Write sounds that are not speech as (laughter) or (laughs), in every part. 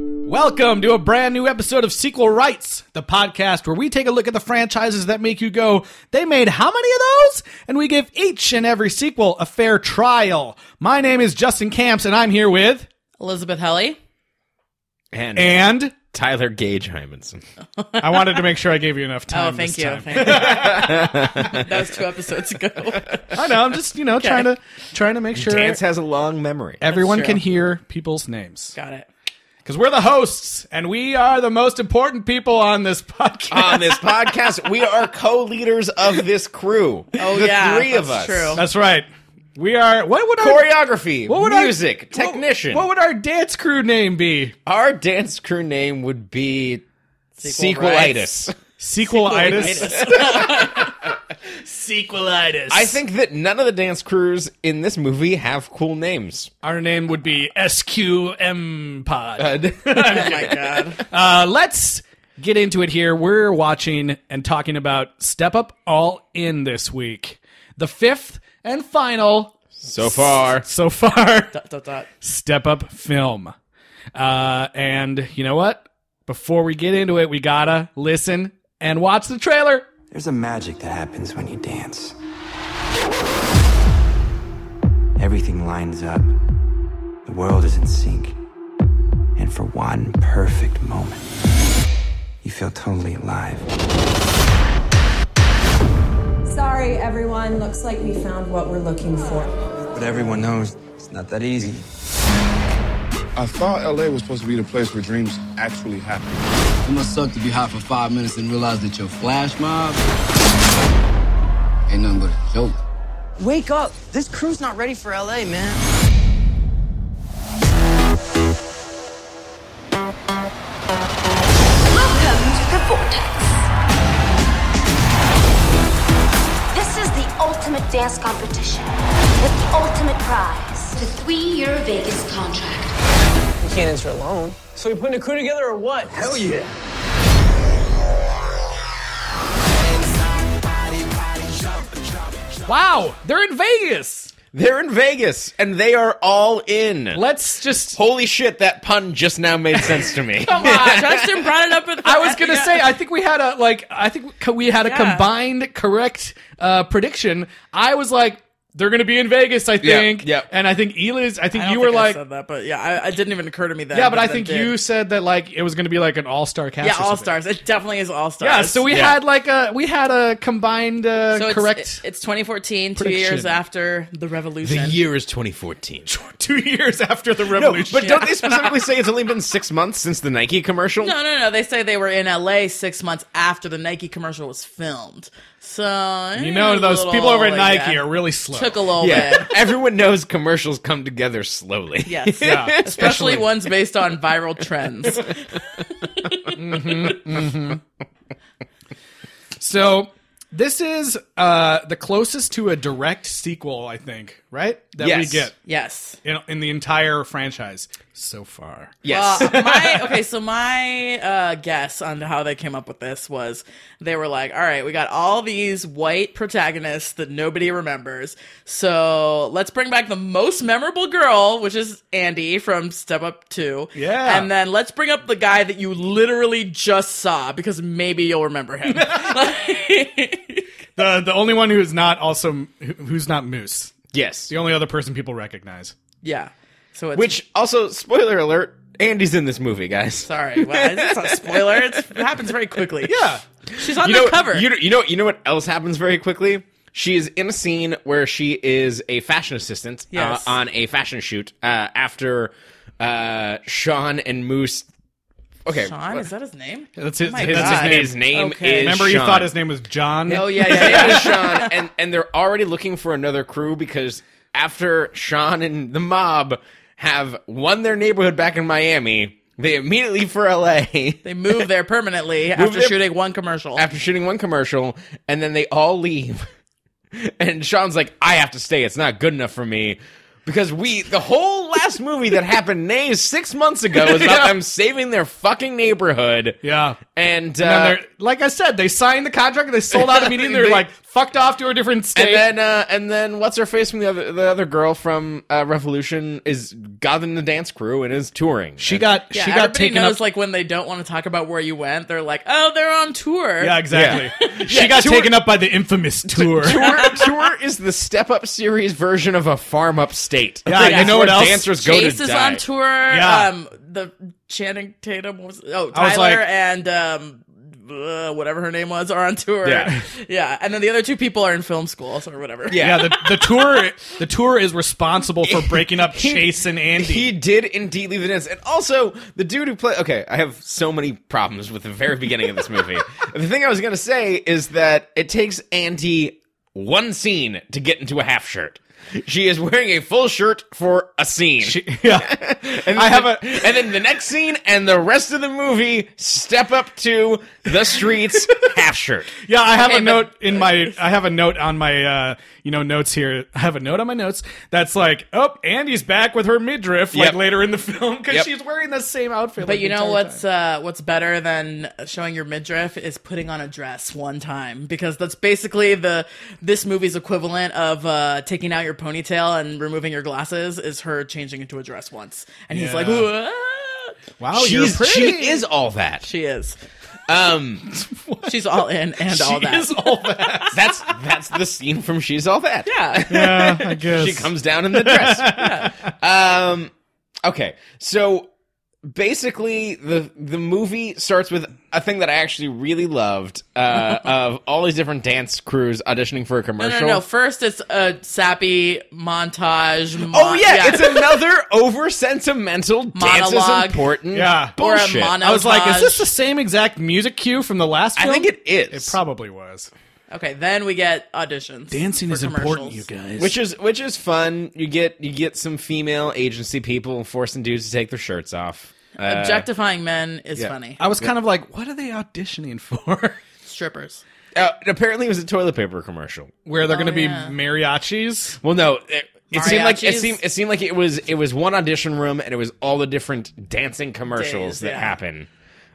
Welcome to a brand new episode of Sequel Rights, the podcast where we take a look at the franchises that make you go, they made how many of those? And we give each and every sequel a fair trial. My name is Justin Camps, and I'm here with. Elizabeth Helly. and, And Tyler Gage Hymanson. I wanted to make sure I gave you enough (laughs) Oh, time. thank this you. time. Thank you. that (laughs) was two episodes ago. (laughs) I know. I'm just you know trying to trying to make sure Dance has a long memory. everyone That's can true. hear people's names Got it. because we're the hosts and we are the most important people on this podcast. Ah. On this podcast, we are co-leaders of this crew. Oh the yeah, three of that's us. True. That's right. We are. What would our Choreography, what would our- music, what- technician. What, would our dance crew name be? our dance crew name would be Sequel Sequelitis. Sequelitis. Sequelitis. I think that none of the dance crews in this movie have cool names. (laughs) Our name would be SQM Pod. Uh, Oh my god. Uh, let's get into it here. We're watching and talking about Step Up All In this week, the fifth and final (laughs) so far, so far (laughs) (laughs) Dot, dot, dot. Step Up film. Uh, and you know what? Before we get into it, we gotta listen and watch the trailer. There's a magic that happens when you dance. Everything lines up. The world is in sync. And for one perfect moment, you feel totally alive. Sorry, everyone. Looks like we found what we're looking for. But everyone knows it's not that easy. I thought LA was supposed to be the place where dreams actually happen. It must suck to be hot for five minutes and realize that your flash mob ain't nothing but a joke. Wake up! This crew's not ready for LA, man. Welcome to the Vortex. This is the ultimate dance competition with the ultimate prize the three year Vegas contract. You can't enter alone. So you're putting a crew together or what? Hell yeah! Wow, they're in Vegas. they're in Vegas and they are all in. Let's just. Holy shit, that pun just now made sense to (laughs) me. Come on, Ah, Justin brought it up. With I was gonna say, I think we had a like, I think co- we had a Yeah. combined correct uh, prediction. I was like, they're gonna be in Vegas, I think. yeah. And I think Eliz, I think I don't you were think I like, said that, but yeah, I, it didn't even occur to me that. yeah, but I that think did. you said that like it was gonna be like an all star cast. Yeah, or all something. stars. It definitely is all stars. Yeah, so we Yeah. had like a we had a combined uh, So it's, correct. it- It's 2014, two prediction. years after the revolution. the year is 2014. (laughs) two years after the No, revolution. but don't they specifically say it's only been six months since the Nike commercial? No, no, no. They say they were in LA six months after the Nike commercial was filmed. So you know those people over at Nike are really slow. took a little Yeah, bit. everyone knows commercials come together slowly. (laughs) Yes. yeah, Especially ones based on viral trends. So this is uh, the closest to a direct sequel, I think, right? That Yes. we get Yes. in, in the entire franchise so far. Yes. Uh, my okay, so my uh, guess on how they came up with this was they were like, "All right, we got all these white protagonists that nobody remembers, so let's bring back the most memorable girl, which is Andy from Step Up Two, Yeah. and then let's bring up the guy that you literally just saw because maybe you'll remember him." (laughs) The the only one who is not also who- who's not Moose. yes. The only other person people recognize. yeah, so it's Which also, spoiler alert, Andy's in this movie, guys. Sorry, well, is this a spoiler? It's, it happens very quickly. Yeah. she's on You the know, cover. You, you know, you know what else happens very quickly. She is in a scene where she is a fashion assistant uh, Yes. on a fashion shoot uh, after uh, Sean and Moose. Okay, Sean, is that his name? That's his, my that's his God. name. his name Okay. is. Remember, you Sean. thought his name was John. Oh yeah, yeah, yeah. It is (laughs) Sean, and and they're already looking for another crew because after Sean and the mob have won their neighborhood back in Miami, they immediately for LA They move there permanently after there- shooting one commercial. (laughs) after shooting one commercial, (laughs) and then they all leave. And Sean's like, I have to stay. It's not good enough for me. because we the whole last movie that happened (laughs) nay six months ago was about (laughs) Yeah. them saving their fucking neighborhood. Yeah. and, And uh, then they're, like I said, they signed the contract. They sold out (laughs) immediately. They're They- like fucked off to a different state. and then uh, and then what's her face from the other the other girl from uh, Revolution is got in the dance crew and is touring. she got Yeah, she got everybody taken knows up. like when they don't want to talk about where you went, they're like, "Oh, they're on tour." yeah, exactly. (laughs) she Yeah, got tour- taken up by the infamous tour. (laughs) tour, tour is the step up series version of a farm up state. Yeah, you know what Where else? Dancers go Chase to is die. on tour. Yeah. Um, the Channing Tatum was oh I Tyler was like- and um. uh, whatever her name was, are on tour. Yeah. (laughs) yeah. And then the other two people are in film school or whatever. yeah, the, the tour the tour is responsible for breaking up Chase and Andy. He did indeed leave the dance. And also, the dude who played. Okay, I have so many problems with the very beginning of this movie. (laughs) the thing I was going to say is that it takes Andy one scene to get into a half shirt. She is wearing a full shirt for a scene. yeah, (laughs) and I have the- a- and then the next scene and the rest of the movie step up to the streets (laughs) half shirt. yeah. I have Okay, a but- note in (laughs) my I have a note on my uh, you know notes here. (laughs) I have a note on my notes that's like, oh, Andy's back with her midriff like Yep. later in the film because Yep. she's wearing the same outfit. But like, you the know entire what's time. uh, what's better than showing your midriff is putting on a dress one time because that's basically the this movie's equivalent of uh, taking out your ponytail and removing your glasses is her changing into a dress once, and he's Yeah. like, "Whoa." wow, Oh, you're She's, pretty. she is all that. she is, Um, she's all in (laughs) and all that. is all that. that's that's the scene from She's All That. yeah, (laughs) yeah, I guess she comes down in (laughs) the dress. Um, okay, so basically the the movie starts with a thing that I actually really loved (laughs) uh, of all these different dance crews auditioning for a no, no, commercial. no, no. First, it's a sappy montage. mon- Oh yeah, it's another (laughs) over sentimental dance is Monologue. important. Yeah. Or a bullshit. mono- I was like, is montage. this the same exact music cue from the last I film? think it is. It probably was. (laughs) okay. Then we get auditions. for commercials. guys. which is which is fun. You get you get some female agency people forcing dudes to take their shirts off. Uh, Objectifying men is yeah. funny. I was kind of like, what are they auditioning for? (laughs) Strippers. uh, apparently, it was a toilet paper commercial. Where they're going to be Oh, yeah. mariachis? Well, no, it, it seemed like it Mariachis? seemed it seemed like it was it was one audition room, and it was all the different dancing commercials Days, that yeah. happen.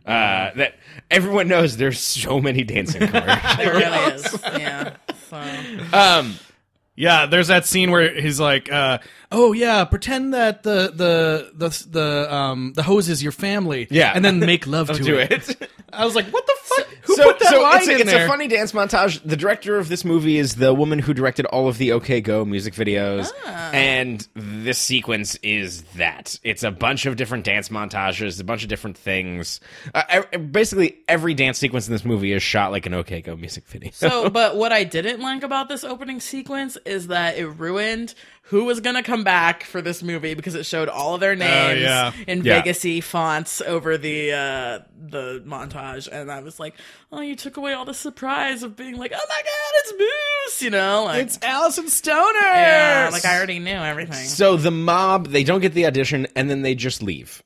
Uh, that everyone knows there's so many (laughs) dancing commercials. It really is. Yeah. So. um, Yeah, there's that scene where he's like, uh, "Oh yeah, pretend that the the the the um the hose is your family, Yeah. and then (laughs) make love to, do it. it. I was like, "What the fuck? Who put that line it's, a, in it's there?" a funny dance montage. The director of this movie is the woman who directed all of the OK Go music videos, Ah. and this sequence is that. It's a bunch of different dance montages, a bunch of different things. Uh, e- basically, every dance sequence in this movie is shot like an OK Go music video. (laughs) So, but what I didn't like about this opening sequence is that it ruined who was going to come back for this movie because it showed all of their names yeah. in Oh, Yeah. Vegasy fonts over the uh, the montage, and I was like, "Oh, you took away all the surprise of being like, oh my god, it's Moose!" You know, like Allison Stoner. yeah, like I already knew everything. So the mob, they don't get the audition, and then they just leave.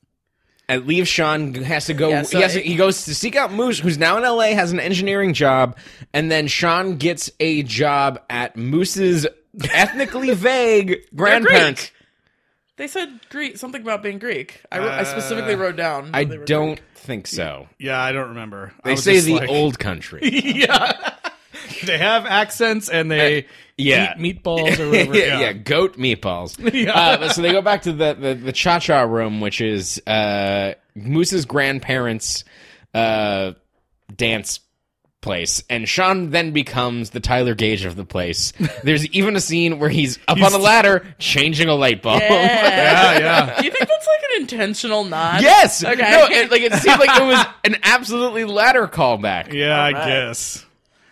And leave Sean has to go. Yeah, so he, has to- it- he goes to seek out Moose, who's now in LA, has an engineering job, and then Sean gets a job at Moose's ethnically (laughs) vague grandparents. they said Greek, something about being Greek. I, wrote- I specifically wrote down. Uh, I they were don't think so. Yeah, I don't remember. I They was say just the like- old country. yeah. (laughs) they have accents and they Eh, yeah. eat meatballs (laughs) or whatever. yeah, yeah, goat meatballs. Uh, but so they go back to the, the, the cha cha room, which is uh, Moose's grandparents' uh, dance place. And Sean then becomes the Tyler Gage of the place. There's even a scene where he's up on a ladder changing a light bulb. Yeah. Yeah, yeah. Do you think that's like an intentional nod? (laughs) yes. Okay. No, it, like it seemed like it was an absolutely ladder callback. Yeah, I guess.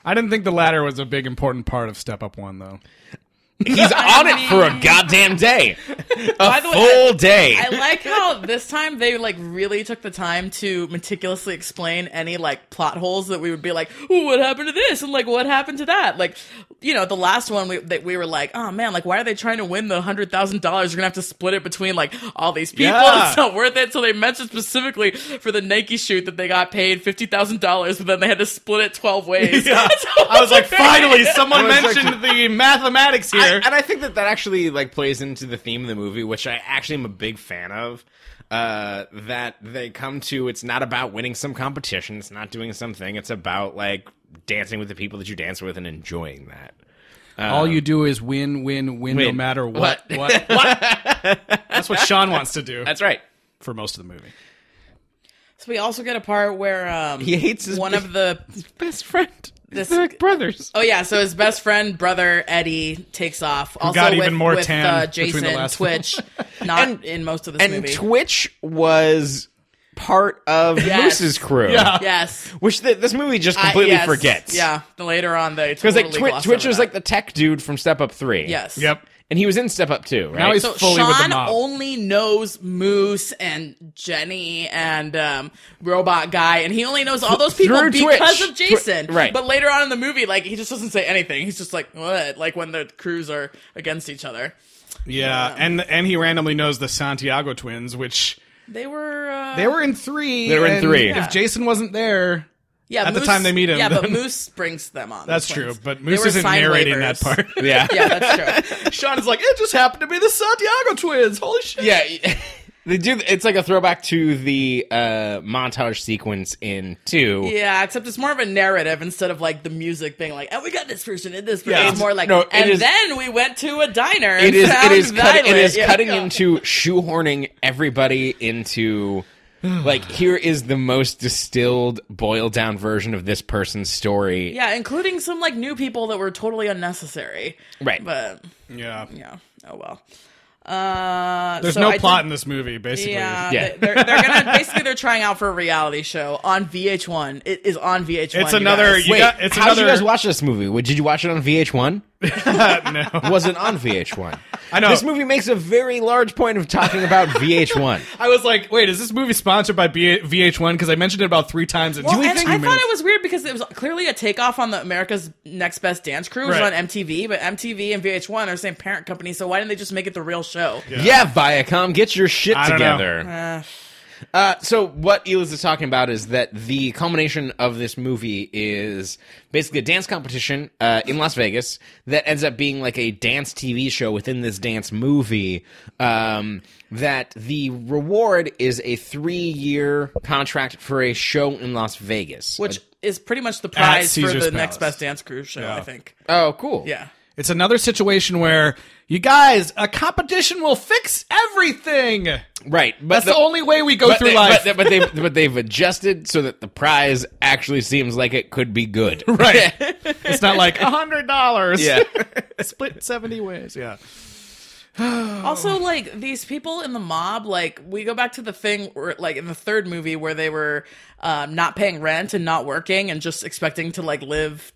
I didn't think the latter was a big important part of Step Up One, (laughs) though. He's on it for a goddamn day, a the way, full I- day. I like how this time they like really took the time to meticulously explain any like plot holes that we would be like, "Ooh, what happened to this?" and like, "What happened to that?" Like you know, the last one we that we were like, oh man, like why are they trying to win the hundred thousand dollars? You're gonna have to split it between like all these people. Yeah. It's not worth it. (laughs) So they mentioned specifically for the Nike shoot that they got paid fifty thousand dollars, but then they had to split it twelve ways. Yeah. (laughs) So it I was like, very- finally, someone (laughs) I was like- mentioned the mathematics I- here. and I think that that actually like plays into the theme of the movie, which I actually am a big fan of. Uh, that they come to, it's not about winning some competition, it's not doing something, it's about like dancing with the people that you dance with and enjoying that. All you do is win, win, win, no Uh, win. matter what. (laughs) What? what? That's what Sean wants to do That's right. for most of the movie. So we also get a part where um He hates his one (laughs) big- of the Best friend, This- They're like brothers. Oh yeah, so his best friend, brother Eddie, takes off. Also got with, even more with, tan uh, between the Jason last (laughs) Twitch, not And- in most of this And movie. Twitch was part of Yes. Moose's crew. Yeah. yes, Which th- this movie just I- completely yes. forgets. Yeah, later on they Because totally like Twi- gloss Twitch over was that. like the tech dude from Step Up Three. yes, Yep. And he was in Step Up Two, right? Now he's So fully with the Sean mob. only knows Moose and Jenny and um, Robot Guy, and he only knows all those people Through Twitch. because of Jason. Twi- right. But later on in the movie, like he just doesn't say anything. He's just like what, like when the crews are against each other. yeah, and and he randomly knows the Santiago twins, which They were uh, they were in three. They were in and three. If Yeah. Jason wasn't there, Yeah, at the time they meet him, (laughs) Yeah, but then- Moose brings them on. that's the true. twins. But They Moose were isn't signed narrating waivers. that part. yeah. (laughs) Yeah, that's (laughs) true. Sean is like, it just happened to be the Santiago twins. Holy shit! Yeah, (laughs) they do. It's like a throwback to the uh, montage sequence in two. yeah, except it's more of a narrative instead of like the music being like, "And we got this person and this person." Yeah. It's more like, No, it and is- then we went to a diner. And It is. It found is. Cut, it Violet." is Yeah. cutting into shoehorning everybody (sighs) into. Like here is the most distilled, boiled down version of this person's story. Yeah, including some like new people that were totally unnecessary. Right. But Yeah. yeah, oh well. Uh, There's so no I plot did- in this movie, basically. Yeah, Yeah. They, are they're gonna basically they're trying out for a reality show on VH1. It is on VH1. It's you another- guys. you Wait, got- it's how did you another- guys watch this movie? Wait, Did you watch it on (laughs) VH1? no, wasn't on VH1. I know. This movie makes a very large point of talking about VH1. I was like, wait, is this movie sponsored by B- VH1? Because I mentioned it about three times. In Well, two Oh, and minutes. I thought it was weird because it was clearly a takeoff on the America's Next Best Dance Crew, which Right. was on MTV, but MTV and VH1 are the same parent company, so why didn't they just make it the real show? Yeah, Viacom, get your shit I don't know. together. Uh, so what Eliz is talking about is that the culmination of this movie is basically a dance competition uh, in Las Vegas that ends up being like a dance TV show within this dance movie. Um, that the reward is a three-year contract for a show in Las Vegas. Which is pretty much the prize for the Caesar's Palace. Next Best Dance Crew show, Yeah. I think. oh, cool. Yeah. It's another situation where you guys, a competition will fix everything. right. But That's the, only way we go but through they- life. But, they, but, they've, but they've adjusted so that the prize actually seems like it could be good. (laughs) right. (laughs) it's not like (laughs) a hundred dollars. Yeah. (laughs) Split seventy ways. Yeah. Also, like these people in the mob, like we go back to the thing, where, like in the third movie, where they were um, not paying rent and not working and just expecting to like live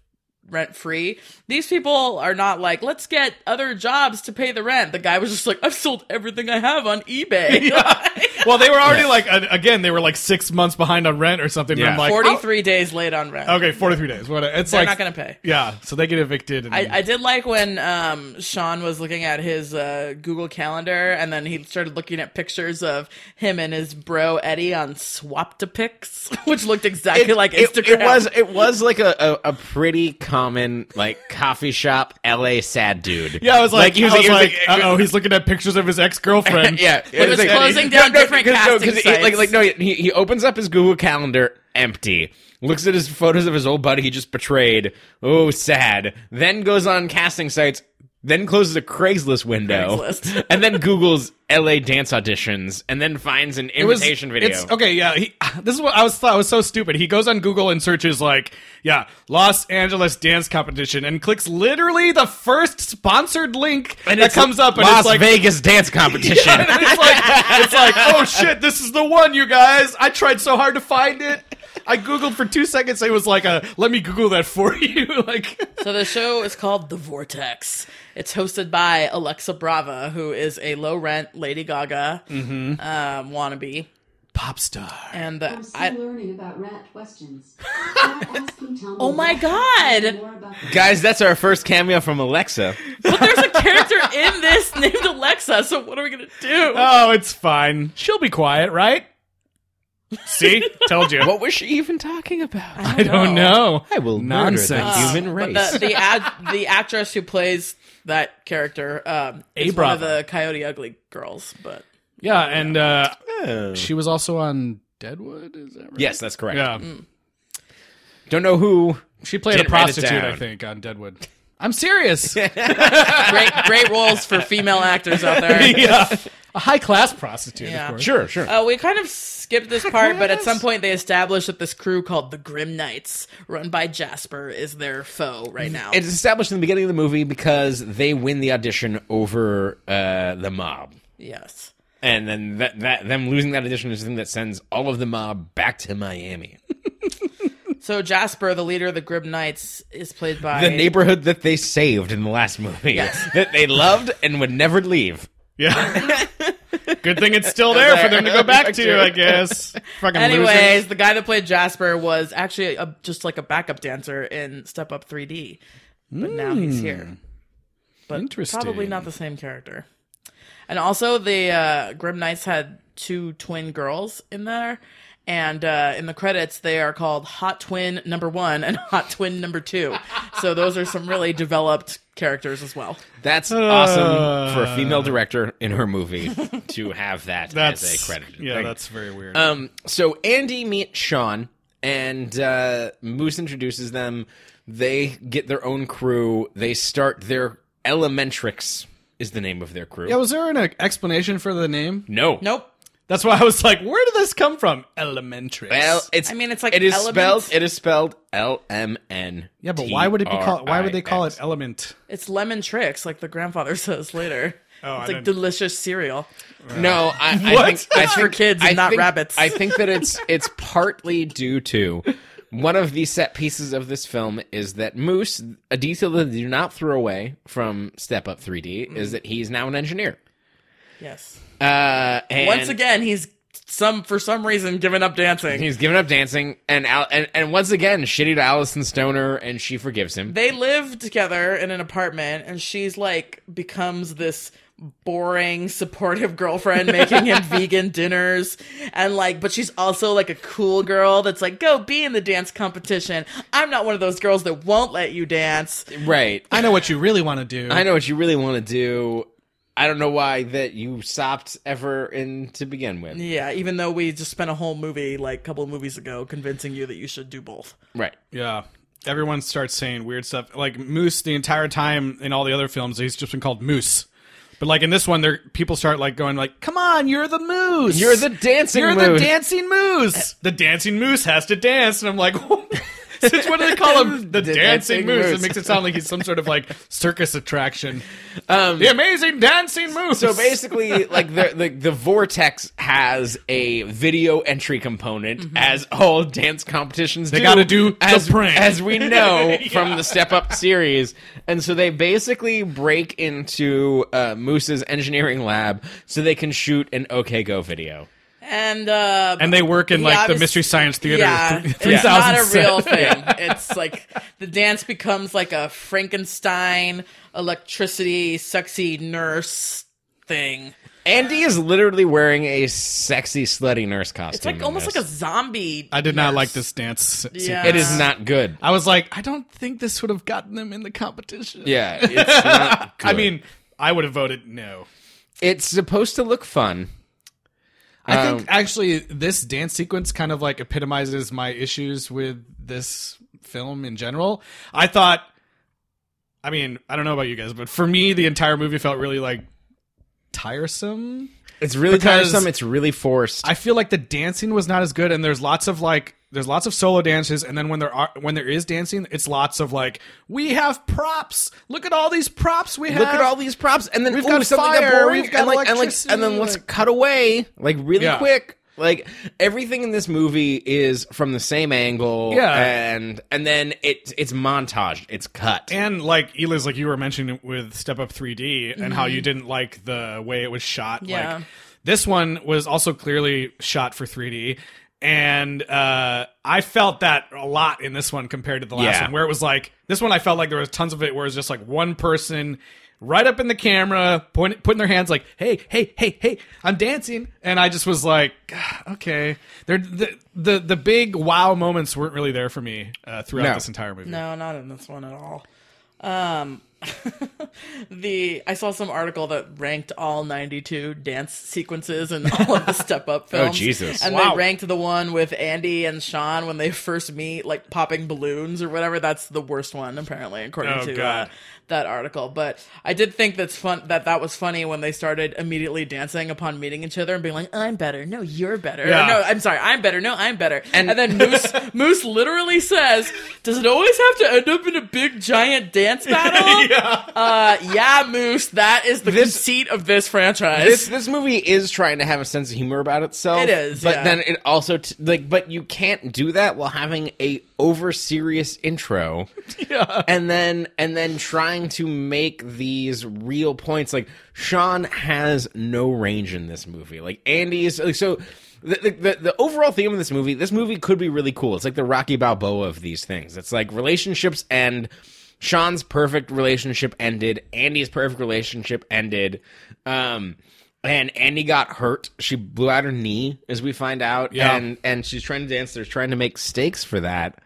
rent free. These people are not like, let's get other jobs to pay the rent. The guy was just like, I've sold everything I have on eBay. (laughs) Well, they were already like a- again. They were like six months behind on rent or something. and Yeah. I'm like, Forty three days late on rent. oh, okay, forty-three days. What? It's They're like not gonna pay. Yeah. So they get evicted. And, I, I did like when um, Sean was looking at his uh, Google Calendar, and then he started looking at pictures of him and his bro Eddie on Swaptopics, (laughs) which looked exactly like it- Instagram. It, was it was like a, a, a pretty common like coffee shop LA sad dude. yeah, I was like, he was I was like- like, uh-uh. he was like- oh, he's looking at pictures of his ex-girlfriend. (laughs) yeah, It was closing down different casting he- sites. Like, like no, he, he opens up his Google Calendar empty. Looks at his photos of his old buddy he just betrayed. Oh, sad. Then goes on casting sites. Then closes a Craigslist window, Craigslist. (laughs) and then Googles LA dance auditions, and then finds an It was- invitation video. It's, okay, yeah. He, (sighs) this is what I was thought was so stupid. He goes on Google and searches like, yeah, Los Angeles dance competition, and clicks literally the first sponsored link And that it's comes up, and Las it's like. Vegas (laughs) dance (laughs) competition. and it's like it's like oh shit this is the one you guys I tried so hard to find it I googled for two seconds it was like a let me Google that for (laughs) you like so the show is called The Vortex. It's hosted by Mm-hmm. Alexa Brava, who is a low rent Lady Gaga um, wannabe. pop star. and Oh, the I, learning about rat (laughs) questions. Stop asking Tom oh my god, more about Guys, that's our first cameo from Alexa. but there's a character in this (laughs) named Alexa. So what are we gonna do? Oh, it's fine. She'll be quiet, right? See, told you. What was she even talking about? I don't know. I will Nonsense. nonsense. murder the human But race. the the, ad, the actress who plays that character um, is one of Bravo. the Coyote Ugly girls. But Yeah, and uh, Oh. she was also on Deadwood. Is that right? Yes, that's correct. Yeah, Don't know who. she played Didn't a write it prostitute, down. I think, on Deadwood. I'm (laughs) serious. great great roles for female actors out there. (laughs) yeah, a high class prostitute. Yeah. Of course. Sure, sure. Uh, we kind of skipped this part, but at some point they established that this crew called the Grim Knights, run by Jasper, is their foe right now. it's established in the beginning of the movie because they win the audition over uh, the mob. yes. And then that, that them losing that audition is the thing that sends all of the mob back to Miami. So Jasper, the leader of the Grim Knights, is played by The neighborhood that they saved in the last movie. (laughs) That they loved and would never leave. (laughs) Yeah. Good thing it's still there for them to go back to, I (laughs) guess. Fucking Anyways, losers. the guy that played Jasper was actually a, just like a backup dancer in Step Up 3D, but now he's here. But Interesting. Probably not the same character. And also, the uh, Grim Knights had two twin girls in there, and uh, in the credits, they are called Hot Twin Number One and (laughs) Hot Twin Number Two. so those are some really developed characters as well. That's Uh. awesome for a female director in her movie to have that as a credit. Yeah, thing. that's very weird. Um, so Andy meets Sean, and uh, Moose introduces them. They get their own crew. They start their Elementrix is the name of their crew. yeah, was there an uh, explanation for the name? no, Nope. That's why I was like, where did this come from? Elementary. Well, it's I mean, it's like it is element. spelled it is spelled L M N. E yeah, but why would it be called? Why would they call it element? It's lemon tricks, like the grandfather (laughs) says later. Oh, I it's like didn't- delicious cereal. No, I, I What? think I It's for think- kids and I not think- rabbits. I think that it's it's partly due to one of the set pieces of this film is that Moose, a detail that they do not throw away from Step Up 3D, is that he's now an engineer. Yes. Uh, and Once again, he's some for some reason giving up dancing. he's given up dancing, and Al- and and once again, shitty to Allison Stoner, and she forgives him. they live together in an apartment, and she's like becomes this boring, supportive girlfriend, making (laughs) him vegan dinners, and like, but she's also like a cool girl that's like, go be in the dance competition. I'm not one of those girls that won't let you dance. right. I know what you really want to do. I know what you really want to do. I don't know why that you stopped ever in to begin with. Yeah, even though we just spent a whole movie, like a couple of movies ago, convincing you that you should do both. Right. Yeah. Everyone starts saying weird stuff. Like Moose, the entire time in all the other films, he's just been called Moose. But like in this one, there people start like going like, "Come on, you're the moose. You're the dancing You're moose." the dancing moose. The dancing moose has to dance." And I'm like, (laughs) "Since when do they call (laughs) him the, The dancing, dancing moose? It moose. makes it sound like he's some sort of like circus attraction. the amazing dancing moose. Um, So basically, like the, the the vortex has a video entry component, as all dance competitions Mm-hmm. They do. gotta do the as prank. (laughs) as we know Yeah. from the Step Up series, and so they basically break into uh, Moose's engineering lab so they can shoot an OK Go video. And uh, and they work in Yeah, like the obvious- mystery science theater. Yeah, th- it's 3000 not a set. real thing. It's like the dance becomes like a Frankenstein electricity sexy nurse thing. Andy is literally wearing a sexy slutty nurse costume. It's like almost like a zombie. I did not nurse. like this dance. se- Yeah. a. It is (laughs) not good. I was like, I don't think this would have gotten them in the competition. Yeah, it's not. Good. I mean, I would have voted no. it's supposed to look fun. I Um, think actually this dance sequence kind of like epitomizes my issues with this film in general. I thought I mean, I don't know about you guys, but for me the entire movie felt really like tiresome. It's really Because- tiresome. It's really forced. I feel like the dancing was not as good, and there's lots of like there's lots of solo dances, and then when there are when there is dancing, it's lots of like we have props. Look at all these props we have. Look at all these props, and then We've ooh, got something fire, got boring, we've got and like, and like, electricity, and then let's like- cut away, like really Yeah. quick. Like everything in this movie is from the same angle, Yeah. and and then it it's montaged, it's cut. And like Eliz, like you were mentioning with Step Up 3D and how you didn't like the way it was shot. Yeah. Like This one was also clearly shot for 3D. And uh, I felt that a lot in this one compared to the last Yeah. one, where it was like this one. I felt like there was tons of it where it was just like one person right up in the camera, point, putting their hands like, "Hey, hey, hey, hey, I'm dancing," and I just was like, "Ah, "Okay." There, the, the the big wow moments weren't really there for me uh, throughout No. this entire movie. No, not in this one at all. Um, (laughs) the I saw some article that ranked all 92 dance (laughs) sequences and all of the step up films. Jesus. And Oh, Wow. they ranked the one with Andy and Sean when they first meet, like popping balloons or whatever. That's the worst one, apparently, according Oh, to uh, God. that article. But I did think that's fun. That that was funny when they started immediately dancing upon meeting each other and being like, "I'm better. No, you're better. Yeah. No, I'm sorry. I'm better. No, I'm better." And, then Moose Moose literally says, "Does it always have to end up in a big giant dance battle?" yeah. Uh, yeah, Moose. That is the This- conceit of this franchise. This this movie is trying to have a sense of humor about itself. It is, but yeah. then it also t- like, but you can't do that while having a over serious intro, yeah, (laughs) and then and then trying to make these real points. Like Sean has no range in this movie. Like Andy is like so. The, the, the, the overall theme of this movie, this movie could be really cool. It's like the Rocky Balboa of these things. It's like relationships end. Sean's perfect relationship ended. Andy's perfect relationship ended. Um, and Andy got hurt. She blew out her knee, as we find out. Yeah. And and she's trying to dance. They're trying to make stakes for that.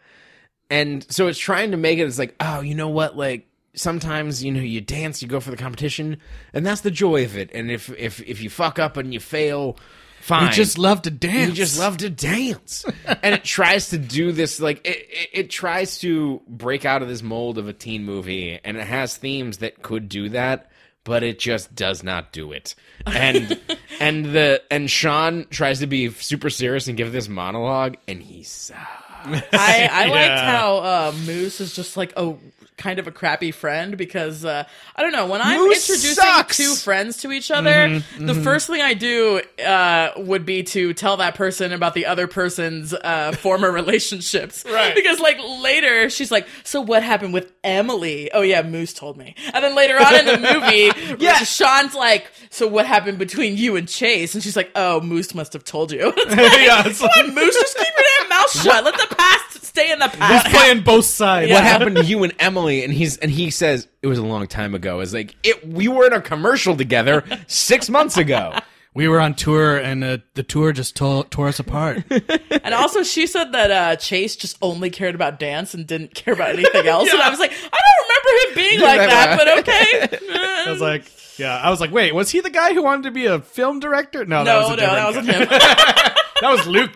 And so it's trying to make it as like, oh, you know what? Like sometimes you know you dance, you go for the competition, and that's the joy of it. And if if if you fuck up and you fail, fine. You just love to dance. You (laughs) just love to dance. (laughs) and it tries to do this, like, it, it, it tries to break out of this mold of a teen movie, and it has themes that could do that. But it just does not do it, (laughs) and and the and Sean tries to be super serious and give this monologue, and he sucks. I, I liked Yeah. how uh, Moose is just like a kind of a crappy friend because uh, I don't know when I'm Moose introducing sucks! two friends to each other, the first thing I do uh, would be to tell that person about the other person's uh, former (laughs) relationships, Right. Because like later she's like, "So what happened with Emily?" Oh yeah, Moose told me. And then later on in the movie, yeah. Sean's like, "So what happened between you and Chase?" And she's like, "Oh, Moose must have told you." (laughs) It's like, yeah, it's (laughs) like Moose, just keep your damn mouth shut. Let the past stay in the past. playing both sides. What happened to you and Emily? And he's and he says it was a long time ago. It's like it. We were in a commercial together six months ago. We were on tour, and uh, the tour just tore, tore us (laughs) apart. And also, she said that uh, Chase just only cared about dance and didn't care about anything else. And I was like, I don't remember him being like that, but okay. (laughs) I was like, yeah, I was like, wait, was he the guy who wanted to be a film director? No, oh, that was no, a no, different that wasn't guy. him. (laughs) that was Luke.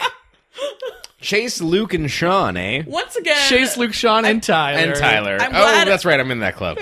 Chase, Luke, and Sean, eh? Once again, (laughs) Chase, Luke, Sean, and Tyler. And Tyler. I'm oh, glad- that's right. I'm in that (laughs) club.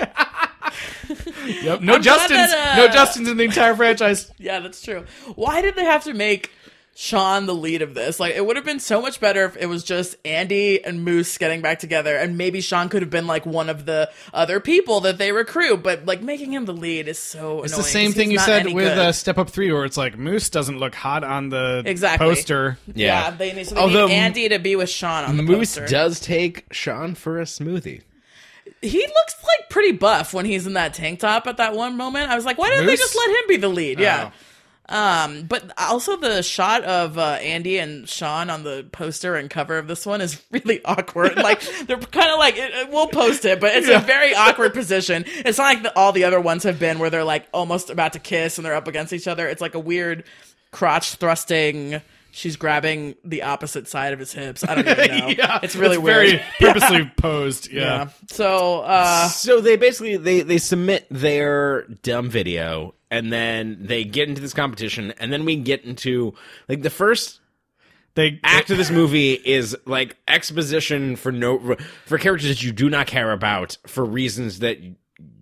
Yep. No I'm Justins. glad that, No uh, Justins in the entire (laughs) franchise. Yeah, that's true. Why did they have to make Sean the lead of this? Like, it would have been so much better if it was just Andy and Moose getting back together, and maybe Sean could have been like one of the other people that they recruit. But like making him the lead is so. It's the annoying, same 'cause thing he's you not said any with good. uh, Step Up 3, where it's like, Moose doesn't look hot on the Exactly. poster. Yeah, Yeah. they need, so they Although need Andy to be with Sean on the Moose poster. does take Sean for a smoothie. He looks like pretty buff when he's in that tank top at that one moment. I was like, why didn't Moose? they just let him be the lead? Yeah. Um, but also the shot of uh, Andy and Sean on the poster and cover of this one is (laughs) really awkward. like they're kind of like it, it- we'll post it, but it's a very awkward position. It's not like the, all the other ones have been where they're like almost about to kiss and they're up against each other. It's like a weird crotch thrusting. She's grabbing the opposite side of his hips. I don't even know. it's (laughs) really weird. Very purposely posed. Yeah. yeah. So uh, so they basically they they submit their dumb video and then they get into this competition and then we get into like the first They act of this movie is like exposition for no for characters that you do not care about for reasons that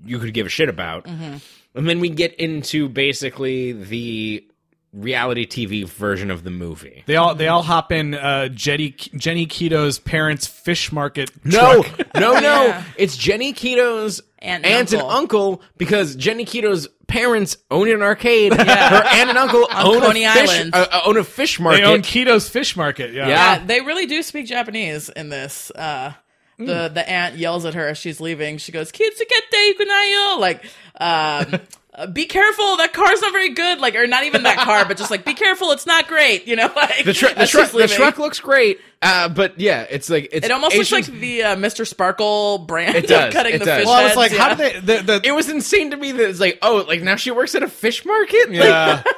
you could give a shit about Mm-hmm. and then we get into basically the reality tv version of the movie They all they all hop in uh, Jenny Jenny Keto's parents' fish market. No, truck. (laughs) no, no. Yeah. It's Jenny Keto's Aunt aunt, and and uncle. uncle because Jenny Keto's parents own an arcade. Her aunt (laughs) and uncle own a, Coney fish, Island. uh, uh, own a fish they market. own Keto's fish market. Yeah, Yeah. Yeah, they really do speak Japanese in this. Uh, The the aunt yells at her as she's leaving. She goes, "Kitsukete yukunayo!" Like, um, uh, be careful. That car's not very good. Like, or not even that car, but just like, be careful. It's not great. You know, (laughs) like The, tru- the, as truck she's the leaving. truck looks great, uh, but yeah, it's like it's It almost Asians- looks like the uh, Mr. Sparkle brand. It Of does, cutting it the does. fish Well, I was heads, like, how yeah. did they? The, the, It was insane to me that it's like, oh, like now she works at a fish market. Like, yeah. uh,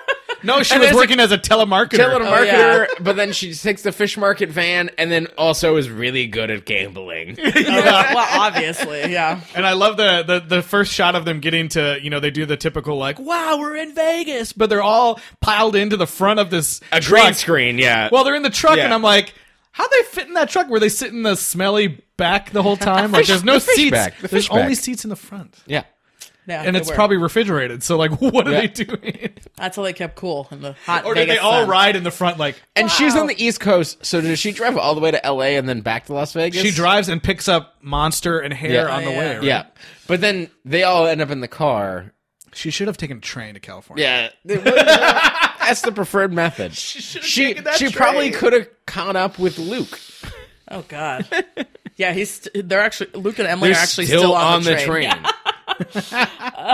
no, she And was there's a- working as a telemarketer. Oh, yeah. telemarketer, but then she takes the fish market van, and then also is really good at gambling. Yeah, (laughs) well, obviously, yeah. And I love the, the the first shot of them getting to you know they do the typical like wow we're in Vegas but they're all piled into the front of this a truck. green screen, yeah. Well, they're in the truck Yeah. and I'm like, how they fit in that truck? Were they sitting in the smelly back the whole time? Like there's no (laughs) the fish seats. back, the there's fish back. only seats in the front. (laughs) yeah. yeah And they it's were. probably refrigerated. So like (laughs) what are Yeah. they doing? that's how they kept cool in the hot. or did they Vegas all sun. ride in the front like And she's on the East Coast, so does she drive all the way to L.A. and then back to Las Vegas? she drives and picks up monster and hair Yeah. on the Oh, yeah. way. right? Yeah, but then they all end up in the car. She should have taken a train to California. Yeah, (laughs) that's the preferred method. She she, probably could have caught up with Luke. Oh God. Yeah, he's. St- they're actually Luke and Emily are actually still, on, the, train.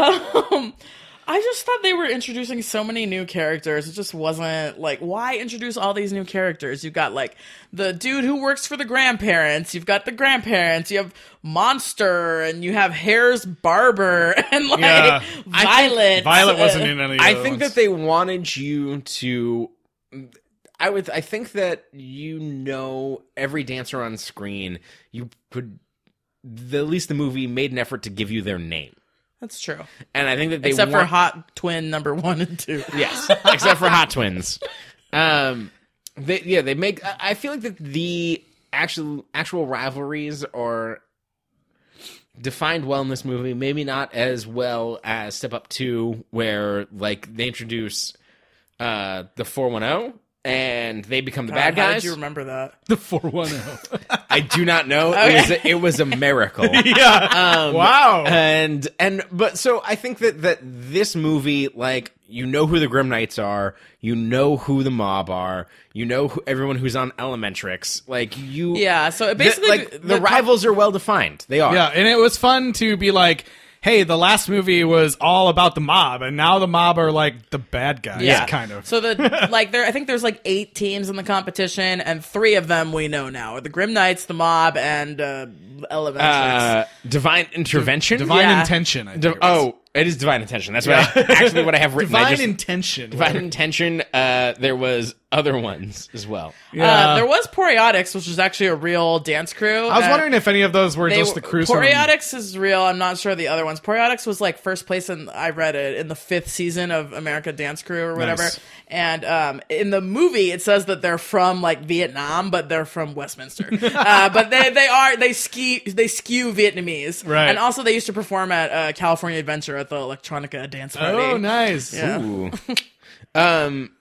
I just thought they were introducing so many new characters. It just wasn't like why introduce all these new characters? You've got like the dude who works for the grandparents. You've got the grandparents. You have Monster, and you have Hare's barber, (laughs) and like Yeah. Violet. Violet (laughs) wasn't in any of the I other think ones. that they wanted you to. I would. I think that you know every dancer on screen. You could. The, at least the movie made an effort to give you their name, That's true. and I think that they Except want, for hot twin number one and two. Yes, except for Hot Twins. Um, they, yeah, they make. I I feel like that the actual actual rivalries are defined well in this movie. Maybe not as well as Step Up Two, where like they introduce uh the four one zero. And they become the bad How did guys. you (laughs) remember that? The 410. I do not know. It, was a, it was (laughs) a miracle. yeah. Oh. wow. and and but so I think that that this movie, like you know who the Grim Knights are, you know who the mob are, you know who, everyone who's on Elementrix, like you. Yeah, so it the- basically- like the, the- rivals are well defined. They (laughs) are. Yeah, and it was fun to be like, hey, the last movie was all about the mob, and now the mob are like the bad guys, kind of. (laughs) So the like there, I think there's like eight teams in the competition, and three of them we know now are the Grim Knights, the Mob, and uh, Elementrix. Uh, divine intervention. Divine yeah. intention. I think Div- it was. (laughs) oh, it is divine intention. That's what I, actually what I have written. I (laughs) divine just- intention. divine intention. Uh, there was other ones as well. Uh, there was Poriotics, which is actually a real dance crew. Uh, I was wondering if any of those were They just were- the crew. from- Poriotics is real. I'm not sure of the other ones. Poriotics was like first place in I read it in the fifth season of America Dance Crew or whatever. Nice. And um, in the movie, it says that they're from like Vietnam, but they're from Westminster. (laughs) uh, but they they are they ski they skew Vietnamese. Right. And also, they used to perform at uh, California Adventure at the Electronica dance party. Oh, nice. Yeah. Ooh. (laughs) um.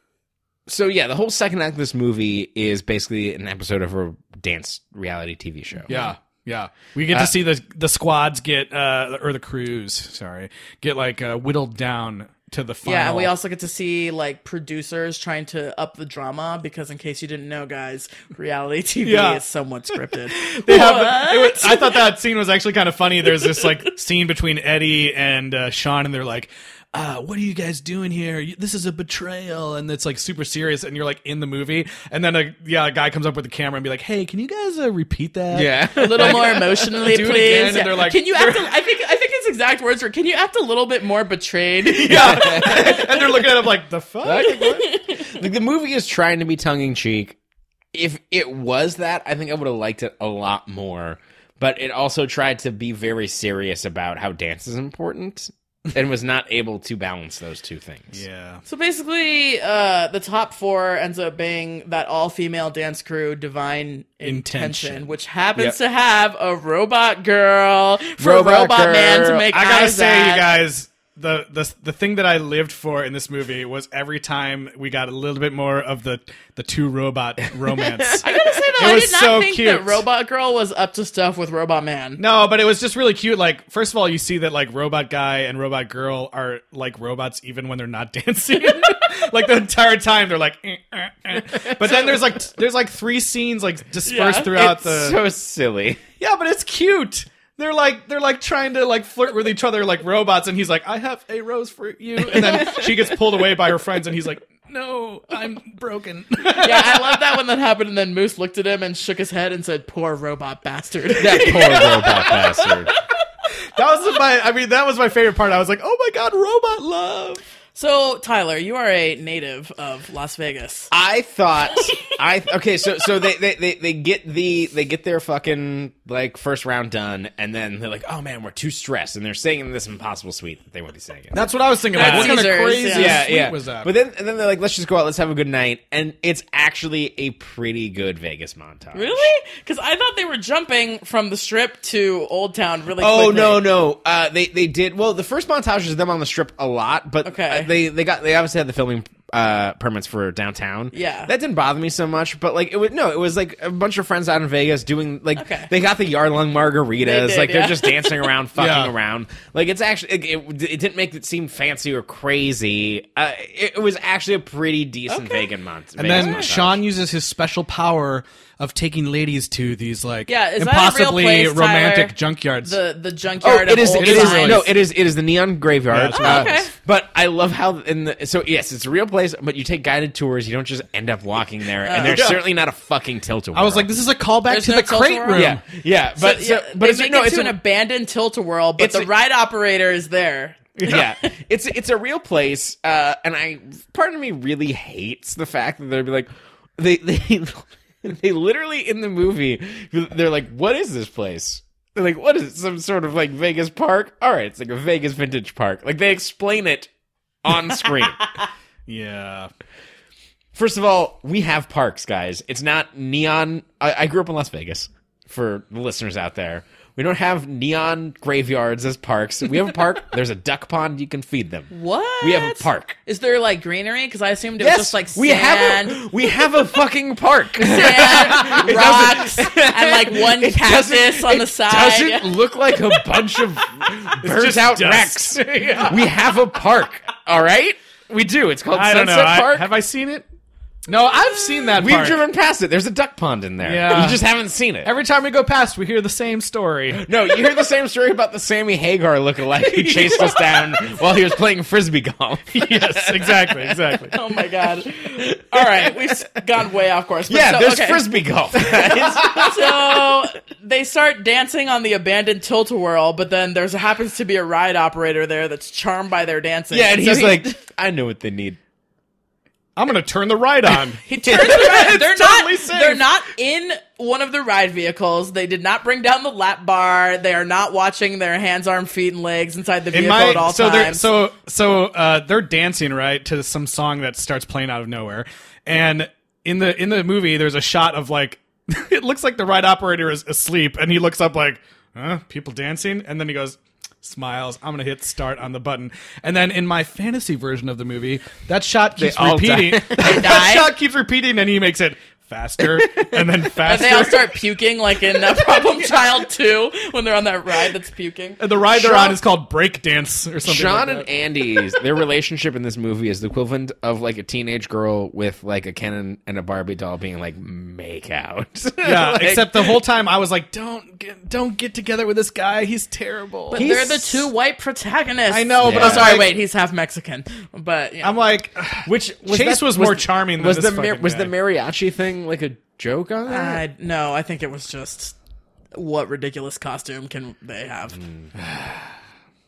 So yeah, the whole second act of this movie is basically an episode of a dance reality TV show. Yeah. Yeah, we Uh, get to see the the squads get uh or the crews, sorry, get like uh, whittled down to the final. Yeah, and we also get to see like producers trying to up the drama because, in case you didn't know, guys, reality TV Yeah. is somewhat scripted. (laughs) They have- it What? was- I thought that scene was actually kind of funny. There's this like (laughs) scene between Eddie and uh, Sean, and they're like, uh, "What are you guys doing here? You- This is a betrayal," and it's like super serious. And you're like in the movie, and then a yeah, a guy comes up with the camera and be like, "Hey, can you guys uh, repeat that?" Yeah. (laughs) a little more emotionally, Do it please. again, and Yeah. they're like- can you act? A, I think I think his exact words were, "Can you act a little bit more betrayed?" (laughs) yeah. and they're looking at him like, "The fuck." Like the movie is trying to be tongue in cheek. If it was that, I think I would have liked it a lot more. But it also tried to be very serious about how dance is important and was not able to balance those two things. Yeah. So basically, uh, the top four ends up being that all-female dance crew, Divine Intention, Intention. which happens Yep. to have a robot girl for Robot robot, man to girl. make. I gotta eyes say, at. you guys, the, the the thing that I lived for in this movie was every time we got a little bit more of the the two robot romance. I gotta say that I was did not so think cute. that Robot Girl was up to stuff with Robot Man. (laughs) No, but it was just really cute. Like, first of all, you see that like robot guy and robot girl are like robots even when they're not (laughs) dancing. like the entire time they're like. "Eh, eh, eh." But then there's like t- there's like three scenes like dispersed Yeah. throughout it's the. so silly. yeah, but it's cute. They're like they're like trying to like flirt with each other like robots, and he's like, "I have a rose for you," and (laughs) then she gets pulled away by her friends, and he's like, "No, I'm (laughs) broken." Yeah, I love that when that happened, and then Moose looked at him and shook his head and said, "Poor robot (laughs) bastard." That poor robot bastard. that was my I mean that was my favorite part. I was like, "Oh my god, robot love." so, Tyler, you are a native of Las Vegas. I thought I okay, so so they, they, they, they get the they get their fucking like first round done and then they're like, Oh man, we're too stressed and they're singing this impossible suite that they won't be singing. That's what I was thinking. At Like, what kind of Caesar's, crazy yeah. suite was that? But then and then they're like, let's just go out, let's have a good night, and it's actually a pretty good Vegas montage. Really? Because I thought they were jumping from the strip to Old Town really Oh quickly. no no! Uh, they they did well. The first montage is them on the strip a lot, but Okay. uh, they they got they obviously had the filming uh, permits for downtown. Yeah. that didn't bother me so much. But like it was no, it was like a bunch of friends out in Vegas doing like Okay. they got the Yardlong margaritas. They did, like yeah. they're just (laughs) dancing around, fucking Yeah. around. Like it's actually it, it, it didn't make it seem fancy or crazy. Uh, it, it was actually a pretty decent Okay. Vegas montage. And then Sean uses his special power of taking ladies to these like Yeah, is that a real impossibly place, Tyler? romantic junkyards. The the Oh, junkyard. it is. Of It old is. times. No, it is. It is the neon Yeah, graveyard. that's right. Oh, okay. But I love how in the so yes, it's a real place. But you take guided tours. You don't just end up walking there. and there's Yeah. certainly not a fucking tilt a I was like, this is a callback There's to no the tilt crate around? room. yeah, yeah. But So, so, yeah, but they it's make no, it it's to a, an abandoned tilt-a-whirl, but it's the a- ride operator is there. (laughs) yeah. It's it's a real place. Uh, and I part of me really hates the fact that they'd be like they (laughs) they. They literally in the movie, they're like, "What is this place?" They're like, "What is it? some sort of like Vegas park?" All right, it's like a Vegas vintage park. Like they explain it on screen. yeah. First of all, we have parks, guys. It's not neon. I, I grew up in Las Vegas. For the listeners out there, we don't have neon graveyards as parks. We have a park. there's a duck pond. You can feed them. What? We have a park. Is there like greenery? Because I assumed it yes, was just like we sand, have a we have a fucking park. sand, It doesn't- rocks, and like (laughs) one It cactus doesn't- on the it side. Doesn't look like a bunch of burnt just out dust. wrecks. We have a park. All right, we do. It's called I don't know. Sunset I, Park. have I seen it? No, I've seen that. We've park. driven past it. There's a duck pond in there. Yeah. You just haven't seen it. Every time we go past, we hear the same story. No, you hear the same story about the Sammy Hagar lookalike who chased us down while he was playing frisbee golf. (laughs) yes, exactly, exactly. (laughs) Oh my god! All right, we've s- gone way off course. But Yeah, so, there's okay. frisbee golf. guys. (laughs) So they start dancing on the abandoned tilt-a-whirl, but then there's happens to be a ride operator there that's charmed by their dancing. yeah, and So he's he- like, I know what they need. (laughs) I'm gonna turn the ride on. He turns around. They're not. totally safe. They're not in one of the ride vehicles. They did not bring down the lap bar. They are not watching their hands, arm, feet, and legs inside the In vehicle my at all so they're times. so so uh, they're dancing right to some song that starts playing out of nowhere, and in the in the movie there's a shot of like (laughs) it looks like the ride operator is asleep, and he looks up like huh, people dancing, and then he goes smiles. I'm gonna hit start on the button, and then in my fantasy version of the movie that shot keeps all repeating. (laughs) die. (laughs) that die? shot keeps repeating, and he makes it faster and then (laughs) and faster. they (laughs) all start puking, like in uh, (laughs) Problem Child Two, when they're on that ride that's puking. And the ride they're Sean- on is called break dance or something. Sean like that. and Andy's their relationship in this movie is the equivalent of like a teenage girl with like a Ken and a Barbie doll being like make out. (laughs) (laughs) Yeah, Like- except the whole time I was like, "Don't get, don't get together with this guy. He's terrible." But they're the two white protagonists. I know, but Yeah. I'm I'm sorry. like- Wait, he's half Mexican, but yeah. I'm like, (sighs) which Chase that- was, more charming. Than was this the mar- fucking was the guy. mariachi thing like a joke on that? I no, I think it was just what ridiculous costume can they have? Hmm.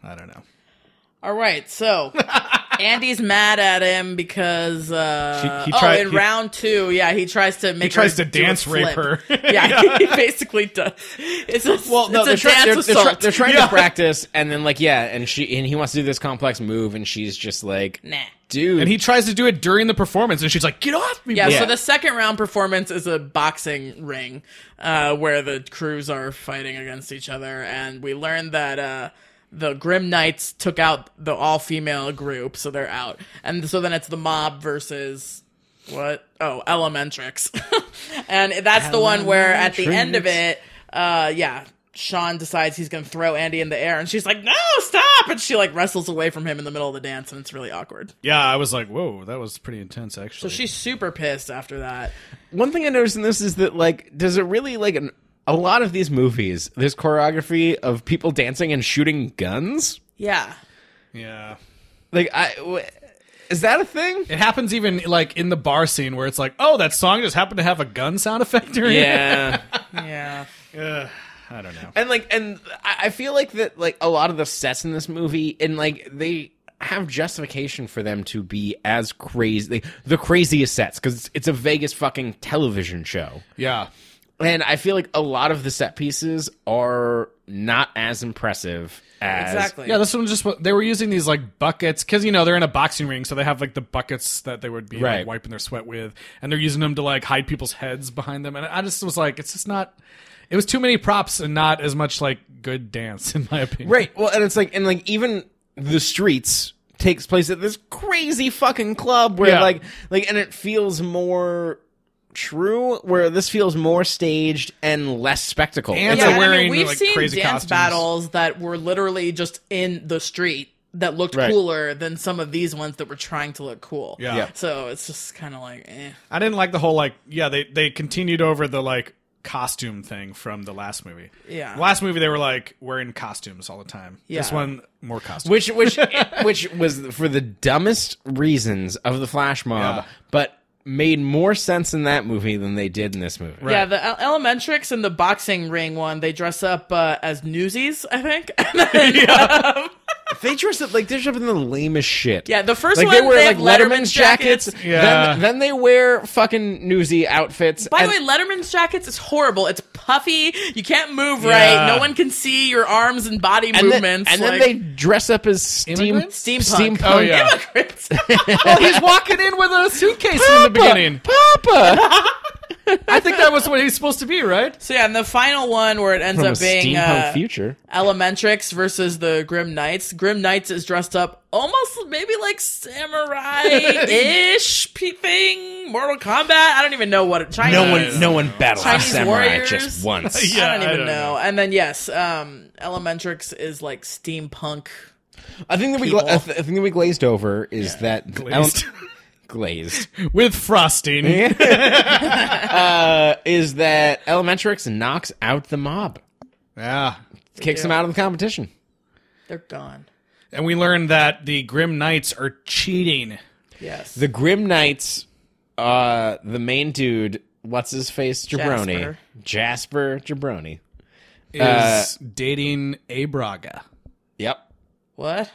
I don't know. All (laughs) right, so Andy's mad at him because uh, He- he oh, tried- in he- round two, yeah, he tries to make he tries to dance rape her. (laughs) yeah, (laughs) Yeah. he basically does. It's a, well, No, it's a they're, try- dance they're, they're, try- assault. they're trying Yeah. to practice, and then like yeah, and she and he wants to do this complex move, and she's just like, nah. dude, And he tries to do it during the performance, and she's like, "Get off me!" Yeah, bro." so Yeah. the second round performance is a boxing ring uh, where the crews are fighting against each other, and we learned that uh, the Grim Knights took out the all female group, so they're out. And so then it's the mob versus What? Oh, Elementrix. (laughs) and that's the one where at the end of it, uh, yeah, Sean decides he's going to throw Andy in the air, and she's like, "No, stop!" And she like wrestles away from him in the middle of the dance, and it's really awkward. Yeah, I was like, whoa, that was pretty intense, So actually. she's super pissed after that. One thing I noticed in this is that like, does it really like an, a lot of these movies? There's choreography of people dancing and shooting guns. Yeah, yeah. Like, I w- is that a thing? It happens even like in the bar scene where it's like, oh, that song just happened to have a gun sound effect. or- (laughs) Yeah. yeah. I don't know. (laughs) and like and I I feel like that like a lot of the sets in this movie and like they have justification for them to be as crazy the craziest sets because it's, it's a Vegas fucking television show Yeah. and I feel like a lot of the set pieces are not as impressive as Exactly. Yeah, this one just they were using these like buckets because you know they're in a boxing ring, so they have like the buckets that they would be like, Right. wiping their sweat with, and they're using them to like hide people's heads behind them. And I just was like, it's just not. It was too many props and not as much like good dance, (laughs) in my opinion. right well and it's like and like even the streets takes place at this crazy fucking club where Yeah. like like and it feels more true where this feels more staged and less spectacle And yeah, they're and I mean, wearing, we've like, seen crazy dance costumes. battles that were literally just in the street that looked Right. cooler than some of these ones that were trying to look cool. Yeah. Yeah. So it's just kind of like, eh. I didn't like the whole like yeah they they continued over the like costume thing from the last movie. Yeah. The last movie they were like wearing costumes all the time. This Yeah. one more costumes. which which (laughs) which was for the dumbest reasons of the flash mob, Yeah. but made more sense in that movie than they did in this movie. Yeah, the El- Elementrix and the boxing ring one, they dress up uh, as newsies, I think. (laughs) And then, um, They dressed up like they dressed up in the lamest shit. Yeah, the first like, one, they wear they like have Letterman's Letterman's jackets. jackets. Yeah. Then, then they wear fucking newsy outfits. by and- the way, Letterman's jackets is horrible. It's puffy. You can't move Yeah. right. No one can see your arms and body and then, movements. and then like, they dress up as steam Immigrants? Steampunk. steampunk. Oh, yeah. (laughs) Immigrants. well, he's walking in with a suitcase in the beginning. Papa. I think that was what he's supposed to be, right? (laughs) so yeah, and the final one where it ends From a up being steampunk uh, future. Elementrix versus the Grim Knights. Grim Knights is dressed up almost maybe like samurai ish thing. Mortal Kombat. I don't even know what it, Chinese. no one battles Chinese warriors. (laughs) once. Yeah, I don't I even don't know. And then yes, um, Elementrix is like steampunk. I think that we gla- I, th- I think that we glazed over is that Glazed. glazed With frosting. uh, is that Elementrix knocks out the mob, Yeah. kicks them out of the competition. They're gone. And we learned that the Grim Knights are cheating. Yes. The Grim Knights, uh, the main dude, what's his face, Jabroni, Jasper, Jabroni. Is dating a Braga. Yep. what?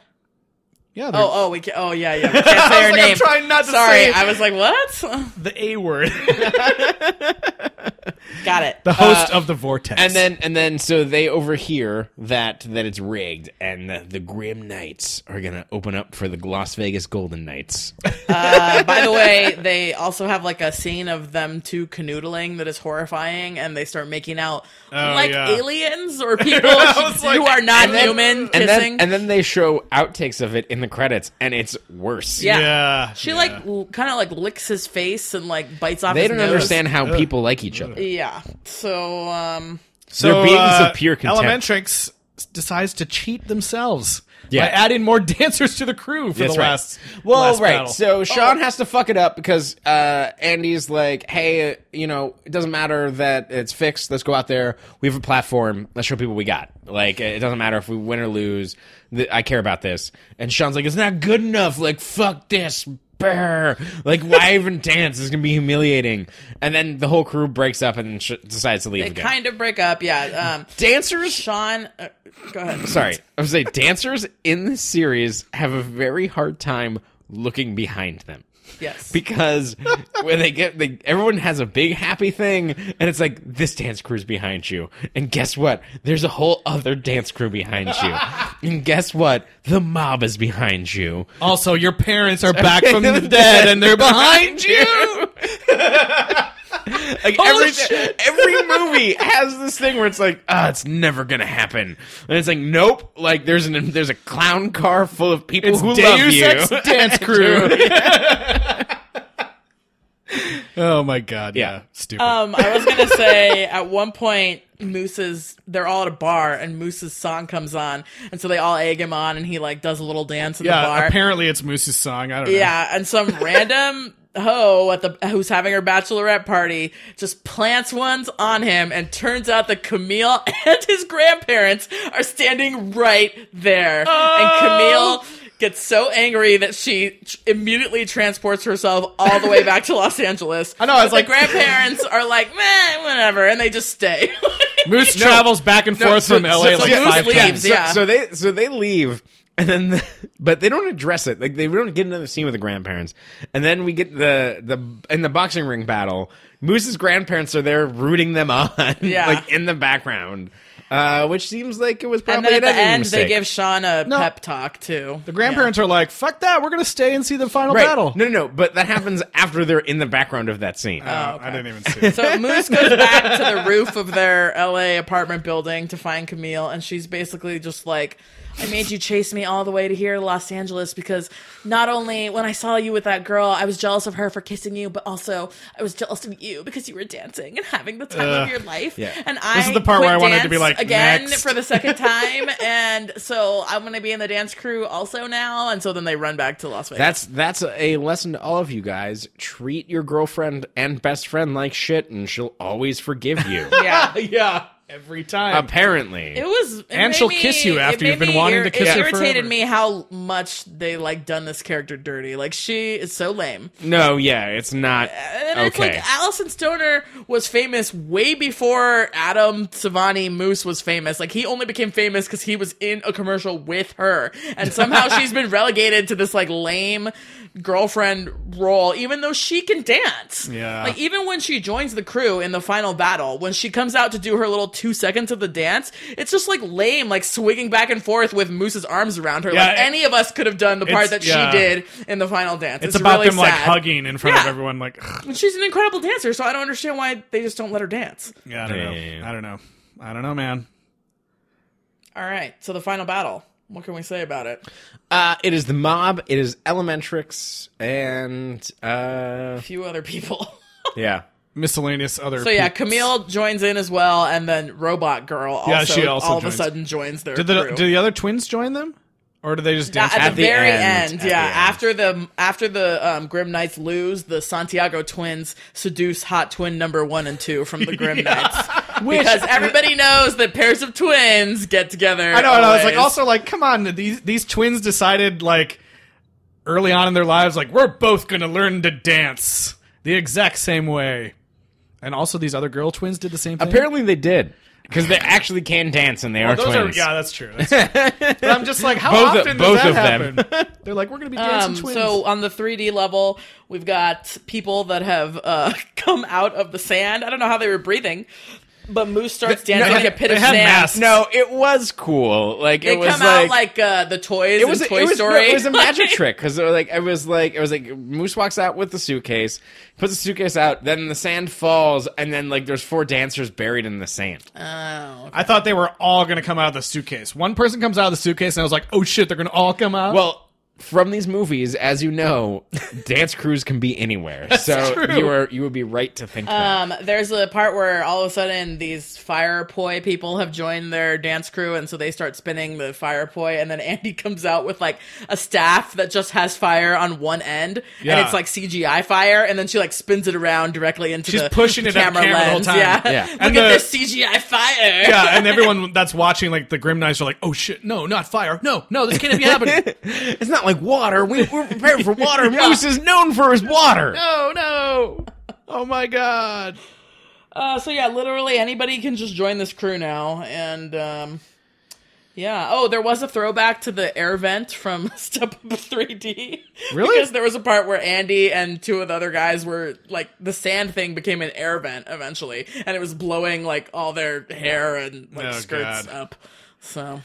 Yeah. Oh, oh, we can, oh, yeah, (laughs) yeah. We can't say her like, I'm name. trying not to Sorry, say it. I was like, what? (laughs) the A word. Uh, Got it. (laughs) the host of the Vortex. And then and then so they overhear that that it's rigged and the, the Grim Knights are gonna open up for the Las Vegas (laughs) Golden Knights. Uh, by the way, they also have like a scene of them two canoodling that is horrifying, and they start making out like yeah. aliens or people was who like- are not then- human and kissing. then and then they show outtakes of it in the credits and it's worse. yeah. Yeah. she like kind of like licks his face and like bites off. They his don't nose. understand how people like each other. Yeah, so um, So, uh, Their beatings of pure contempt. Elementrix decides to cheat themselves Yeah. by adding more (laughs) dancers to the crew for That's the right. last. Well, last right. battle. So Sean has to fuck it up because uh, Andy's like, "Hey, you know, it doesn't matter that it's fixed. Let's go out there. We have a platform. Let's show people we got. Like, it doesn't matter if we win or lose. Th- I care about this." And Sean's like, "It's not good enough. Like, fuck this." Brr. Like, (laughs) why even dance? It's gonna be humiliating. And then the whole crew breaks up and sh- decides to leave they again. kind of break up. Yeah, um, Dancers Sean, uh, go ahead. (laughs) Sorry, I was say dancers in this series have a very hard time looking behind them Yes, because when they get, they, everyone has a big happy thing, and it's like this dance crew's behind you, and guess what? There's a whole other dance crew behind you, and guess what? The mob is behind you. Also, your parents are (laughs) back from the dead and they're behind you. Oh, Like every every movie has this thing where it's like, ah, it's never gonna happen, and it's like, nope. Like there's an there's a clown car (laughs) full of people who love Deus you. Ex dance crew. (laughs) Oh my god. Yeah. Yeah. Stupid. Um, I was gonna say at one point Moose's they're all at a bar and Moose's song comes on and so they all egg him on and he like does a little dance in the yeah. bar. Apparently it's Moose's song. I don't know. Yeah, and (laughs) some random hoe at the who's having her bachelorette party just plants ones on him and turns out that Camille (laughs) and his grandparents are standing right there. Oh. And Camille gets so angry that she tr- immediately transports herself all the way back to Los Angeles. I know, I was like- (laughs) the grandparents are like, "Meh, whatever," and they just stay. (laughs) Moose travels back and forth so- from LA so- like yeah, five Moose times. leaves, So, yeah. so they so they leave and then (laughs) but they don't address it. Like they don't get another scene with the grandparents. And then we get the the in the boxing ring battle, Moose's grandparents are there rooting them on (laughs) Yeah. like in the background. Uh, which seems like it was and probably then at the an editing end, mistake. they give Sean a pep talk too. The grandparents are like, "Fuck that! We're gonna stay and see the final right. battle." No, no, no, but that happens (laughs) after they're in the background of that scene. Oh, I didn't even see. it. So Moose goes back to the roof of their LA apartment building to find Camille, and she's basically just like, I made you chase me all the way to here to Los Angeles because not only when I saw you with that girl, I was jealous of her for kissing you, but also I was jealous of you because you were dancing and having the time of your life. Yeah. And I is the part quit where I wanted to be dance like, again "Next." for the (laughs) second time, and so I'm gonna be in the dance crew also now. And so then they run back to Las Vegas. That's that's a lesson to all of you guys. Treat your girlfriend and best friend like shit, and she'll always forgive you. (laughs) yeah. (laughs) yeah, every time. Apparently, It was, it And made she'll me- kiss you it after made you've been me wanting to kiss it her irritated forever. me how much they like done this character dirty. Like she is so lame. No, yeah, it's not Uh, And it's okay. like Allison Stoner was famous way before Adam Savani Moose was famous. Like he only became famous because he was in a commercial with her, (laughs) and somehow she's been relegated to this like lame girlfriend role, even though she can dance. Yeah. Like even when she joins the crew in the final battle, when she comes out to do her little two seconds of the dance, it's just like lame, like swinging back and forth with Moose's arms around her. Yeah, like it- any of us could have done the part it's- that yeah. she did in the final dance. it's, about really them like sad. hugging in front of Yeah. everyone. Like, (sighs) ugh, And she's an incredible dancer, so I don't understand why they just don't let her dance. yeah, I don't know. Yeah, yeah, yeah. I don't know. I don't know, man. All right, so the final battle. What can we say about it? uh, it is the mob. It is Elementrix, and uh, A few other people. (laughs) yeah, Miscellaneous other. so yeah, peeps. Camille joins in as well, and then Robot Girl also, Yeah, she also all joins. of a sudden joins their Did the crew. did the other twins join them, or did they just dance? at, with At the, the very end, end, at the yeah. end. After the after the um, Grim Knights lose, the Santiago twins seduce Hot Twin number one and two from (laughs) the Grim Knights because everybody knows that pairs of twins get together. I know, and I was like, always. also like, come on, these these twins decided like early on in their lives, like we're both gonna learn to dance the exact same way. And also, these other girl twins did the same thing. apparently they did because they actually can dance, and they are those twins. are yeah, that's true. That's (laughs) true. but I'm just like, how Both of- often both does of that them. happen? They're like, we're gonna be dancing Um, twins. so on the 3D level, we've got people that have uh, (laughs) come out of the sand. I don't know how they were breathing, but Moose starts dancing no, in a pit they of had sand. masks. No, it was cool. Like They it come was out like, like uh, the toys it was in a- Toy it was, Story. no, it was (laughs) a magic trick because like it was like it was like Moose walks out with the suitcase, puts the suitcase out, then the sand falls, and then like there's four dancers buried in the sand. I thought they were all gonna come out of the suitcase. One person comes out of the suitcase, and I was like, oh shit, they're gonna all come out. Well, from these movies, as you know, dance crews can be anywhere. so true. you are you would be right to think that. Um, there's a part where all of a sudden these fire poi people have joined their dance crew, and so they start spinning the fire poi, and then Andy (laughs) comes out with like a staff that just has fire on one end, Yeah. and it's like CGI fire, and then she like spins it around directly into She's the pushing it at the camera camera the whole lens. time. Yeah, Yeah. look And at the- this CGI fire. (laughs) yeah, (laughs) and everyone that's watching, like the Grim Knights, are like, "Oh shit, no, not fire! No, no, this can't be happening!" It's not like water. We, we're prepared for water. Moose is known for his water. (laughs) oh no! Oh my god! Uh, so yeah, literally anybody can just join this crew now, and um, yeah. Oh, there was a throwback to the air vent from (laughs) Step Up 3D. Really? because there was a part where Andy and two of the other guys were like the sand thing became an air vent eventually, and it was blowing like all their hair and like Oh, skirts God. up. So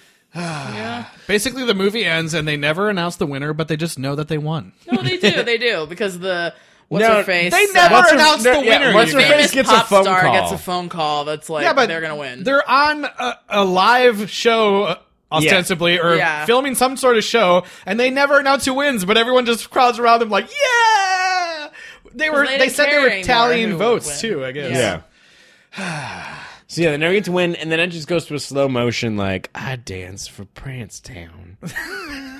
Basically, the movie ends and they never announce the winner, but they just know that they won. no, they do, they do because the what's her face? they uh, never What's her- announced no, the yeah, winner. what's you her guys. famous face gets a pop phone star call. gets a phone call that's like they're gonna win. They're on a, a live show. uh, Ostensibly, or Yeah. filming some sort of show, and they never announce who wins, but everyone just crowds around them like, "Yeah!" They were. they They, didn't said they care were anymore tallying who would votes win. too. I guess. Yeah. so yeah, (sighs) they never get to win, and then it just goes to a slow motion, like I dance for Prancetown.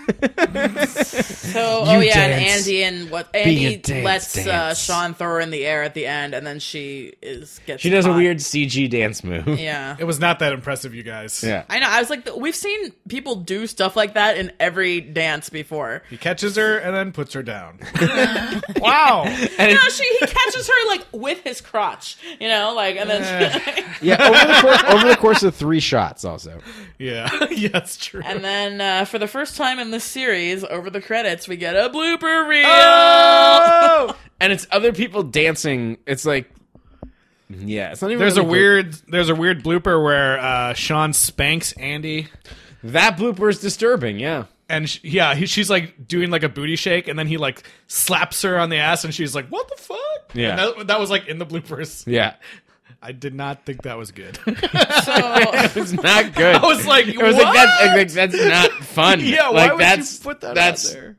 So, You oh yeah, and dance. Andy and what Be a Andy dance, lets Uh, dance. Sean throw her in the air at the end, and then she is gets. She does a caught. weird CG dance move. Yeah, It was not that impressive, you guys. Yeah. I know. I was like, we've seen people do stuff like that in every dance before. He catches her and then puts her (laughs) down. (laughs) wow. (laughs) And it- No, she he catches her like with his crotch, you know, like, and then yeah, over the, course, over the course of three shots, also. Yeah. (laughs) yeah, that's true. (laughs) and then uh, for the first time in this series, over the credits, we get a blooper reel. Oh, and it's other people dancing. It's like, yeah, it's not even. There's a really weird there's a weird blooper where uh, Sean spanks Andy bloop- that blooper is disturbing. Yeah, and sh yeah, he, she's like doing like a booty shake and then he like slaps her on the ass and she's like, "What the fuck?" Yeah. And that, that was like in the bloopers. yeah, I did not think that was good. So, it's not (laughs) good. I was (laughs) like, It was like "What?" that, like that's not (laughs) fun. Yeah, why like would that's you put that that's out there?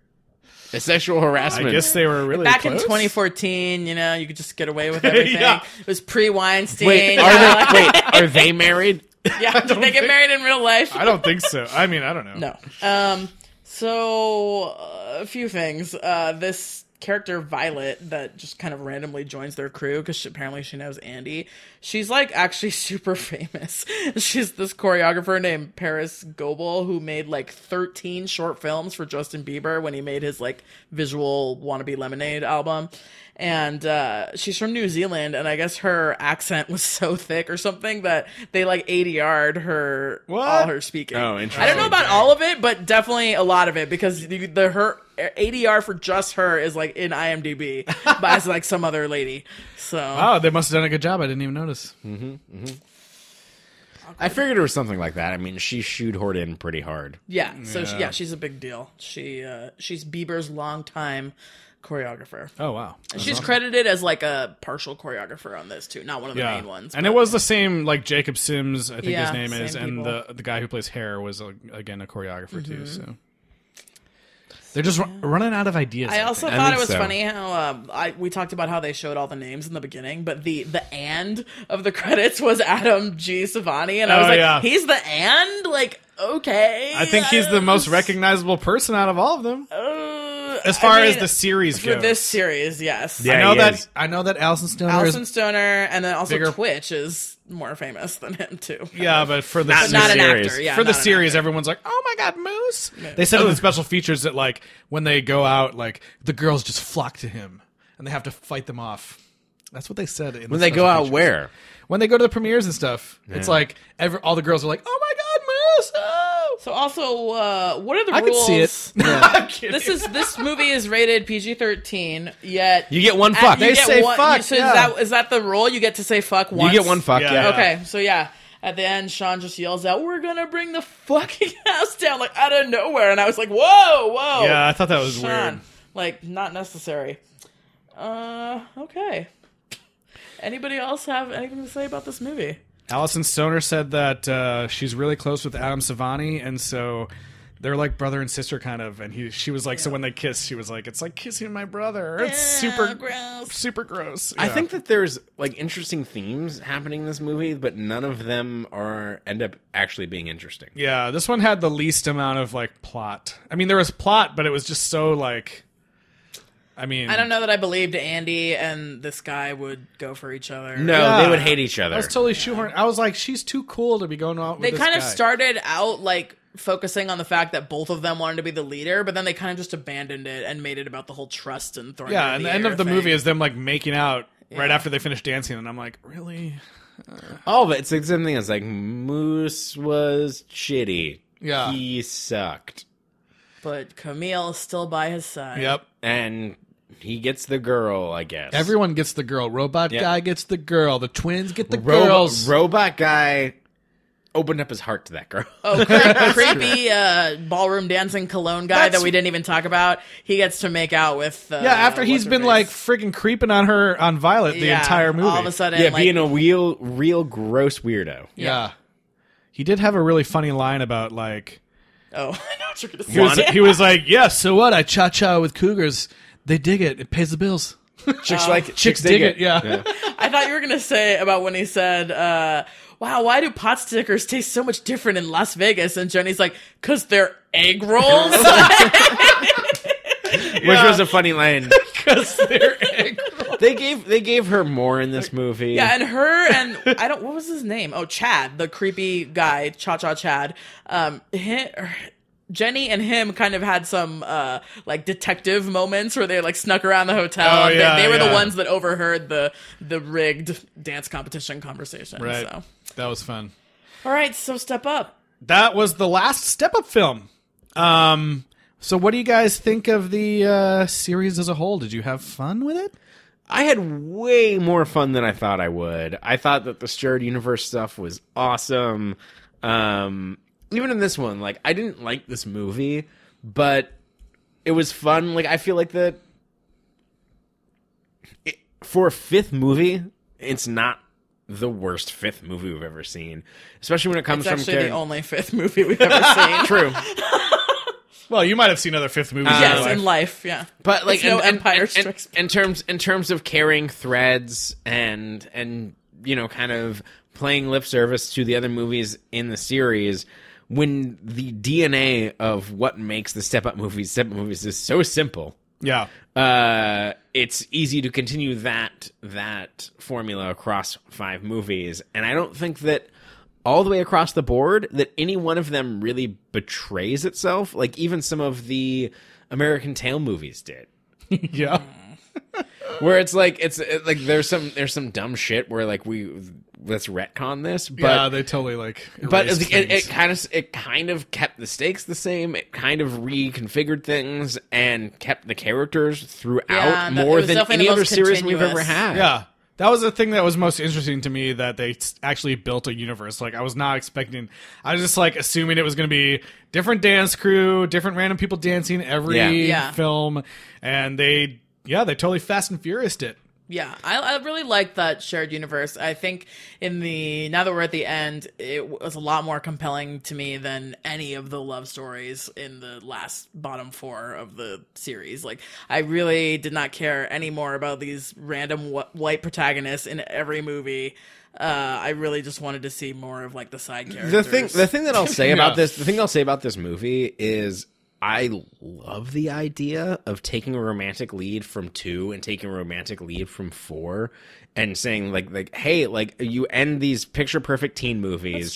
a sexual harassment. I guess they were really back in close. 2014, you know, you could just get away (laughs) with everything. Yeah. It was pre Weinstein. Wait, are (laughs) they, wait, are they married? (laughs) yeah, did they get married in real life? I don't think so. I mean, I don't know. No. Um. So uh, a few things. Uh, this character Violet that just kind of randomly joins their crew because she, apparently she knows Andy. She's like actually (laughs) super famous. She's this choreographer named Paris Goebel who made like 13 short films for Justin Bieber when he made his like visual wannabe lemonade album. And uh, she's from New Zealand, and I guess her accent was (laughs) so thick or something that they like ADR'd her all What? her speaking. Oh, I don't interesting. know about all of it, but definitely a lot of it because the, the her ADR for just her is like in (laughs) IMDb by like some other lady. So Oh, they must have done a good job. I didn't even notice. Hmm. I figured it was something like that. I mean, she shooed Horde in pretty hard. yeah, so she, yeah, she's a big deal. She uh, she's Bieber's longtime choreographer. Oh wow. she's credited as like a partial choreographer on this too, not one of the yeah. main ones. and it but- was the same like Jacob Sims, I think Yeah, his name is, same and people. Mm-hmm. the the guy who plays Hair was uh, again a choreographer too. So they're just ru- running out of ideas. I also I thought think it was so. funny how um, I we talked about how they showed all the names in the beginning, but the the and of the credits was Adam G. Savani, and I was Oh, like, yeah. he's the and, like okay. I think he's the most recognizable person out of all of them Uh, as I far as mean, the series for goes. this series, yes. I Yeah, know he that is. I know that Allison Stoner Allison is. Stoner, and then also Bigger- Twitch is more famous than him too. Yeah, but for the but not an series. actor. Yeah, for the not an series, everyone's like, "Oh my God, Moose!" They said in the special features that like when they go out, like the girls just flock to him and they have to fight them off. That's what they said. In When they go out, where? When they go to the premieres and stuff, it's like every, all the girls are like, "Oh my God, Moose!" Oh! So also, uh, what are the I could rules? see it. (laughs) I'm kidding. This is this movie is rated PG thirteen. Yet You get one at- fuck. you They get say one- fuck, So yeah. is that is that the rule? You get to say fuck You once. get one fuck. Yeah, Yeah. yeah. Okay, so yeah. At the end, Sean just yells out, "We're gonna bring the fucking (laughs) house down!" Like out of nowhere, and I was like, "Whoa, whoa!" yeah, I thought that was Sean, weird. like not necessary. Uh, okay. Anybody else have anything to say about this movie? Allison Stoner said that uh, she's really close with Adam Savani, and so they're like brother and sister kind of. And he, she was like, so when they kiss, she was like, "It's like kissing my brother. It's super gross. super gross." I Yeah. think that there's like interesting themes happening in this movie, but none of them are end up actually being interesting. Yeah, this one had the least amount of like plot. I mean, there was plot, but it was just so like. I mean, I don't know that I believed Andy and this guy would go for each other. No, Yeah. they would hate each I other. was totally shoehorned. I was like, she's too cool to be going out. With they this kind of guy. started out like focusing on the fact that both of them wanted to be the leader, but then they kind of just abandoned it and made it about the whole trust and throwing. Yeah, her in and the end air of the thing. movie is them like making out right after they finish dancing, and I'm like, really? All of it. It's like the same thing. It's like Moose was shitty. Yeah. He sucked. but Camille is still by his side. Yep. And he gets the girl, I guess. Everyone gets the girl. Robot Yeah. guy gets the girl. The twins get the Robo- girls. robot guy opened up his heart to that girl. (laughs) Oh, cre- creepy uh, ballroom dancing cologne guy That's- that we didn't even talk about. He gets to make out with. Uh, yeah, after he's what's her been face. like freaking creeping on her on Violet the Yeah, entire movie. all of a sudden, yeah, like, being a real, real gross weirdo. yeah. He did have a really funny line about like oh, (laughs) I know what you're gonna He was, (laughs) say. he was like, "Yeah, so what? I cha cha with cougars. They dig it. It pays the bills." Chicks like Chicks dig it, yeah. I thought you were gonna say about when he said, uh, "Wow, why do pot stickers taste so much different in Las Vegas?" And Jenny's like, "Cause they're egg rolls." Which was a funny line. Because (laughs) they're egg they gave they gave her more in this movie. Yeah, (laughs) and her and I don't. What was his name? Oh, Chad, the creepy guy, Cha Cha Chad. Um, hi- er, Jenny and him kind of had some uh like detective moments where they like snuck around the hotel. Oh, They- yeah, they, were yeah. the ones that overheard the the rigged dance competition (laughs) conversation. Right. So. That was fun. All right, so step up. That was the last step up film. Um, so what do you guys think of the uh, series as a whole? Did you have fun with it? I had way more fun than I thought I would. I thought that the Stirred Universe stuff was awesome. Um, even in this one, like I didn't like this movie, but it was fun. Like I feel like that it- for a fifth movie, it's not the worst fifth movie we've ever seen, especially when it comes It's from actually char- the only fifth (laughs) movie (laughs) we've ever seen. (laughs) True, (laughs) Well, you might have seen other fifth movies. yes, in life, yeah. but like It's no and- and- Empire and- Strikes and- in terms in terms of carrying threads and and you know kind of playing lip service to the other movies in the series when the dna of what makes the step up movies step up movies is so simple Yeah. uh it's easy to continue that that formula across five movies and i don't think that all the way across the board that any one of them really betrays itself like even some of the american tail movies did (laughs) Yeah. where it's like it's it, like there's some there's some dumb shit where like we let's retcon this but yeah, they totally like but erased it, it, things. it kind of it kind of kept the stakes the same it kind of reconfigured things and kept the characters throughout Yeah, and that- it more was than definitely any the other most series we've ever continuous. had Yeah. That was the thing that was most interesting to me that they s- actually built a universe. Like I was not expecting. I was just like assuming it was going to be different dance crew, different random people dancing every Yeah. Yeah. film, and they yeah they totally Fast and Furious it. Yeah, I, I really like that shared universe. I think in the now that we're at the end, it was a lot more compelling to me than any of the love stories in the last bottom four of the series. Like, I really did not care anymore about these random wh- white protagonists in every movie. Uh, I really just wanted to see more of like the side characters. the thing the thing that (laughs) I'll say Yeah. about this the thing I'll say about this movie is I love the idea of taking a romantic lead from 2 and taking a romantic lead from 4 and saying like like hey like you end these picture perfect teen movies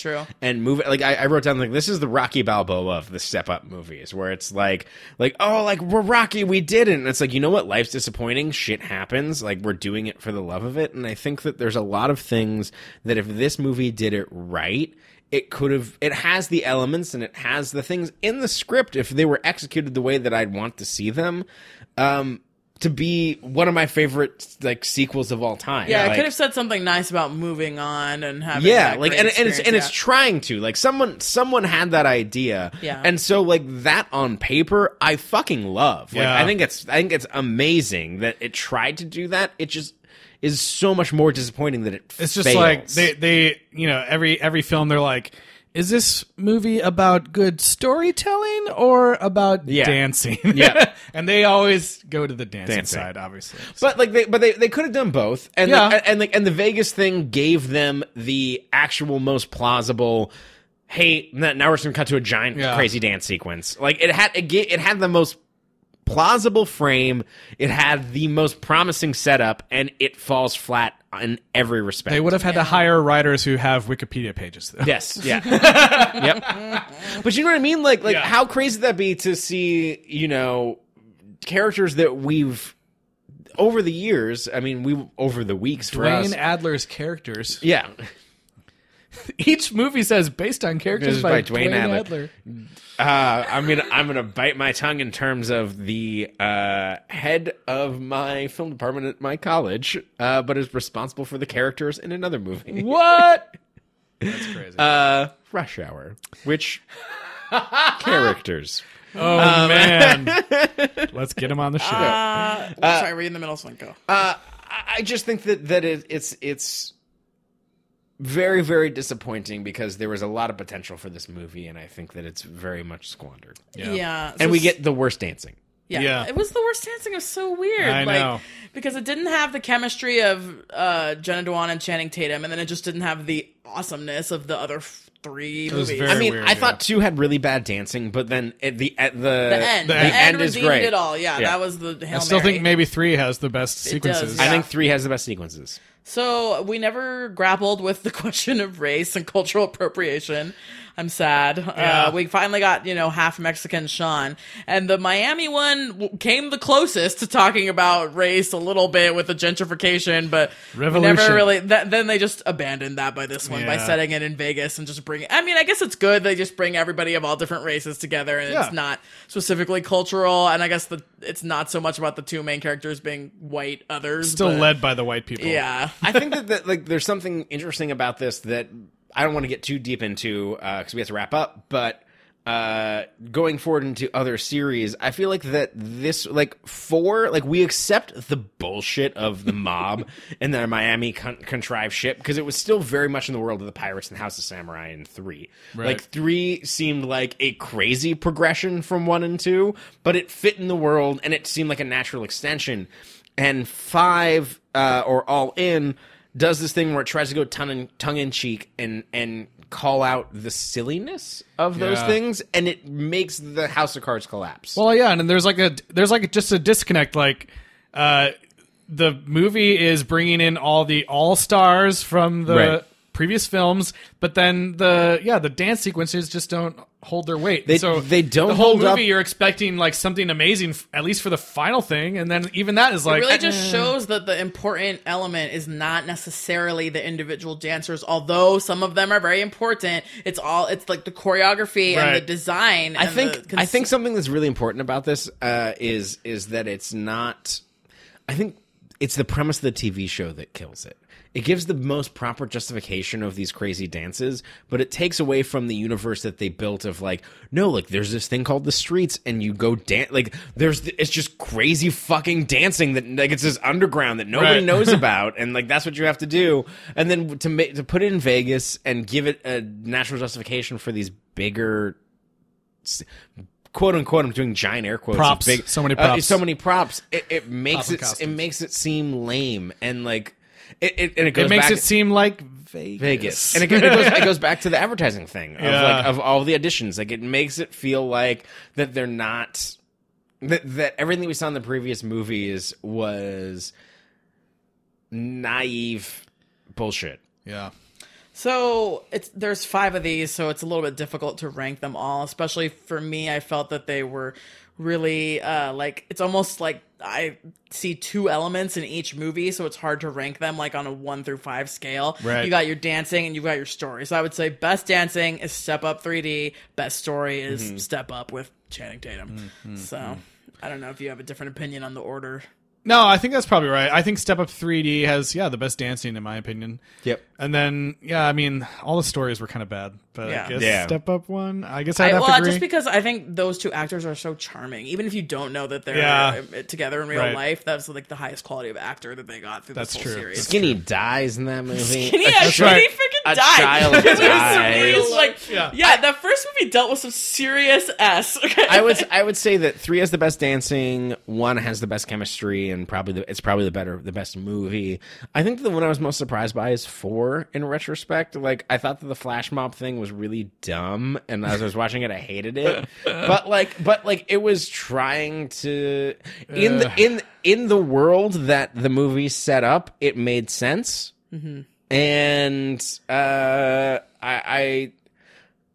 That's true. and move like I, I wrote down like this is the Rocky Balboa of the step up movies where it's like like oh like we're Rocky we did it and it's like you know what life's disappointing shit happens like we're doing it for the love of it and I think that there's a lot of things that if this movie did it right it could have it has the elements and it has the things in the script if they were executed the way that I'd want to see them um to be one of my favorite like sequels of all time yeah, I Like- could have said something nice about moving on and having yeah that like great and, and it's experience. and it's Yeah. trying to like someone someone had that idea Yeah. and so like that on paper i fucking love like Yeah. i think it's i think it's amazing that it tried to do that it just is so much more disappointing that it It's just fails. like they they you know every every film they're like. Is this movie about good storytelling or about Yeah. dancing? Yeah. (laughs) and they always go to the dancing, Dancing. side, obviously. But like they, but they, they could have done both, and Yeah. like, and like and the Vegas thing gave them the actual most plausible. Hey, n- now we're just gonna cut to a giant Yeah. crazy dance sequence. Like it had it, ga- it had the most plausible frame. It had the most promising setup, and it falls flat in every respect. They would have had to hire writers who have Wikipedia pages, though. (laughs) Yes. Yeah. yep. But you know what I mean? Like, like Yeah. how crazy would that be to see, you know, characters that we've over the years. I mean, we over the weeks for us. Dwayne Adler's characters. yeah. E-, (laughs) Each movie says based on This characters is by, by Dwayne, Dwayne Adler. Adler. Uh, I'm gonna I'm gonna bite my tongue in terms of the uh, head of my film department at my college, uh, but is responsible for the characters in another movie, (laughs) Uh, What? Rush Hour, (laughs) which characters. Oh (laughs) man! Let's get him on the show. Uh, Oh, uh, sorry, we're in the middle, so go. I just think that that it, it's it's very very disappointing because there was a lot of potential for this movie, and I think that it's very much squandered. yeah, so And we get the worst dancing. Yeah. Yeah. It was the worst dancing. It was so weird. I like, know. Because it didn't have the chemistry of uh, Jenna Dewan and Channing Tatum, and then it just didn't have the awesomeness of the other f- three was movies. very I mean, weird, I yeah. thought two had really bad dancing, but then at the at the the end. the The, end. end, end is redeemed great. it all. Yeah, Yeah. that was the Hail I still Mary. think maybe three has the best sequences. Oh, does, I yeah. think three has the best sequences. So we never grappled with the (laughs) question of race and cultural appropriation. I'm sad. Yeah. Uh, we finally got you know half Mexican Sean, and the Miami one w- came the closest to talking about race a little bit with the gentrification, but we Revolution. never really. Th- then they just abandoned that by this one by Yeah. setting it in Vegas and just bring. I mean, I guess it's good they just bring everybody of all different races together, and Yeah. it's not specifically cultural. And I guess the it's not so much about the two main characters being white others. Still but- led by the white people. Yeah. (laughs) I think that, that like there's something interesting about this that I don't want to get too deep into because we have to wrap up. But uh, going forward into other series, I feel like that this like four like we accept the bullshit of the mob and their Miami con- contrived ship because it was still very much in the world of the pirates and House of Samurai in three. Like three seemed like a crazy progression from one and two, but it fit in the world and it seemed like a natural extension and five uh, or all in does this thing where it tries to go tongue in, tongue in cheek and and call out the silliness of those Yeah. things, and it makes the House of Cards collapse. Well, yeah, and then there's like a there's like just a disconnect. Like, uh, the movie is bringing in all the all stars from the Right. previous films, but then the yeah the dance sequences just don't hold their weight. They- so they don't The whole hold movie up- you're expecting like something amazing, f- at least for the final thing, and then even that is like it really just shows that the important element is not necessarily the individual dancers although some of them are very important it's all it's like the choreography and the Right. design I and think the I think something that's really important about this uh, is is that it's not. I think it's the premise of the TV show that kills it. It gives the most proper justification of these crazy dances, but it takes away from the universe that they built of like, no, like there's this thing called the streets, and you go dance. Like there's th- it's just crazy fucking dancing that like it's this underground that nobody Right. (laughs) knows about, and like that's what you have to do. And then to ma- to put it in Vegas and give it a natural justification for these bigger quote unquote i'm doing giant air quotes Props. Big- So many uh, props. so many props it, it Prop makes and it s- it costumes. makes it seem lame and like it, it and it goes it makes back it seem like Vegas. Vegas, and it, go- it goes, it goes back (laughs) to the advertising thing of Yeah. like of all the auditions. Like it makes it feel like that they're not that that everything we saw in the previous movies was naive bullshit. yeah. So it's there's five of these, so it's a little bit difficult to rank them all. Especially for me, I felt that they were really uh, like it's almost like I see two elements in each movie, so it's hard to rank them like on a one through five scale. Right. You got your dancing and you got your story. So I would say best dancing is Step Up 3D. Best story is Step Up with Channing Tatum. so I don't know if you have a different opinion on the order. No, I think that's probably right. I think Step Up 3D has yeah the best dancing in my opinion. Yep. And then yeah, I mean all the stories were kind of bad, but Yeah. I guess Yeah. Step Up one. I guess I'd I, have well, to agree. just because I think those two actors are so charming, even if you don't know that they're Yeah. uh, together in real Right. life, that's like the highest quality of actor that they got through That's this whole true. series. Skinny dies in that movie. Skinny, (laughs) yeah, That's Skinny right. freaking A died. (laughs) child It was died. serious, like, Yeah. yeah. that first movie dealt with some serious s. (laughs) Okay? I would I would say that three has the best dancing, one has the best chemistry, and probably the, it's probably the better the best movie. I think the one I was most surprised by is four. In retrospect, like I thought that the flash mob thing was really dumb, and as I was watching it, I hated it. But like, but like it was trying to in the in in the world that the movie set up, it made sense, and uh, I. I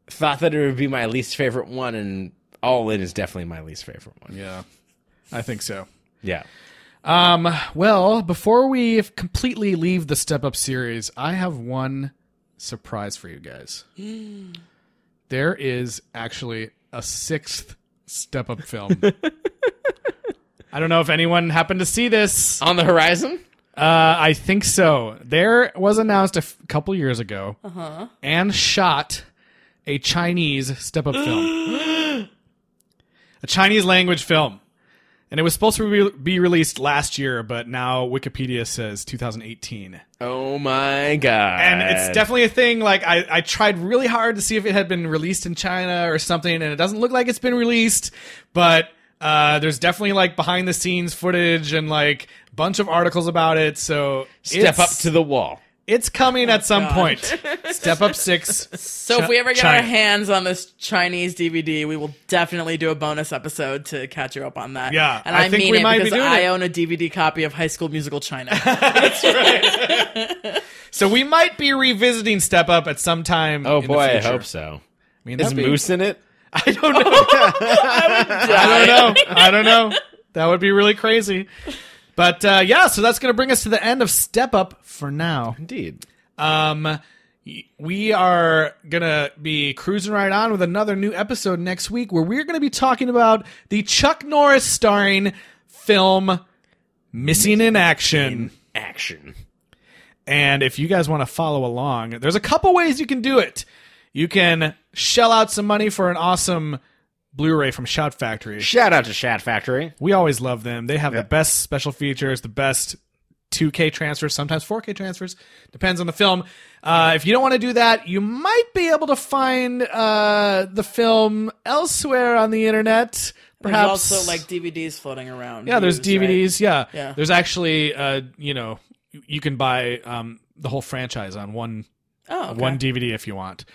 thought that it would be my least favorite one, and All In is definitely my least favorite one. yeah, I think so. Yeah. Um, well, before we f- completely leave the Step Up series, I have one surprise for you guys. (gasps) there is actually a sixth Step Up (laughs) film. I don't know if anyone happened to see this. On the horizon? Uh, I think so. There was announced a f- couple years ago and shot a Chinese step up film, a Chinese language film. And it was supposed to re- be released last year, but now Wikipedia says 2018. Oh my god. And it's definitely a thing. Like, I, I tried really hard to see if it had been released in China or something, and it doesn't look like it's been released, but Uh, there's definitely like behind the scenes footage and like bunch of articles about it. So Step it's- up to the wall. It's coming at some God. point. Step up six. So if we ever get our China. hands on this Chinese DVD, we will definitely do a bonus episode to catch you up on that. Yeah, and I I, think mean we it might be because doing I it. own a DVD copy of High School (laughs) Musical China. So we might be revisiting Step Up at some time. Oh in boy, the I future. hope so. I mean, Is that'd be- Moose in (laughs) it? Oh. I don't know. I don't know. I don't know. That would be really crazy. But uh, yeah, so that's going to bring us to the end of Step Up for now. Indeed. Um, y- we are gonna be cruising right on with another new episode next week, where we're gonna be talking about the Chuck Norris starring film "Missing in Action." Action. And if you guys want to follow along, there's a couple ways you can do it. You can shell out some money for an awesome Blu-ray from Shout Factory. Shout out to Shat Factory. We always love them. They have the best special features, the best 2K transfers, sometimes 4K transfers. Depends on the film. Uh, if you don't want to do that, you might be able to find uh, the film elsewhere on the internet. There's Perhaps also like DVDs floating around. yeah, there's used, right? DVDs. Yeah. Yeah. there's actually uh, you know you- you can buy um, the whole franchise on one Oh, okay. one DVD if you want.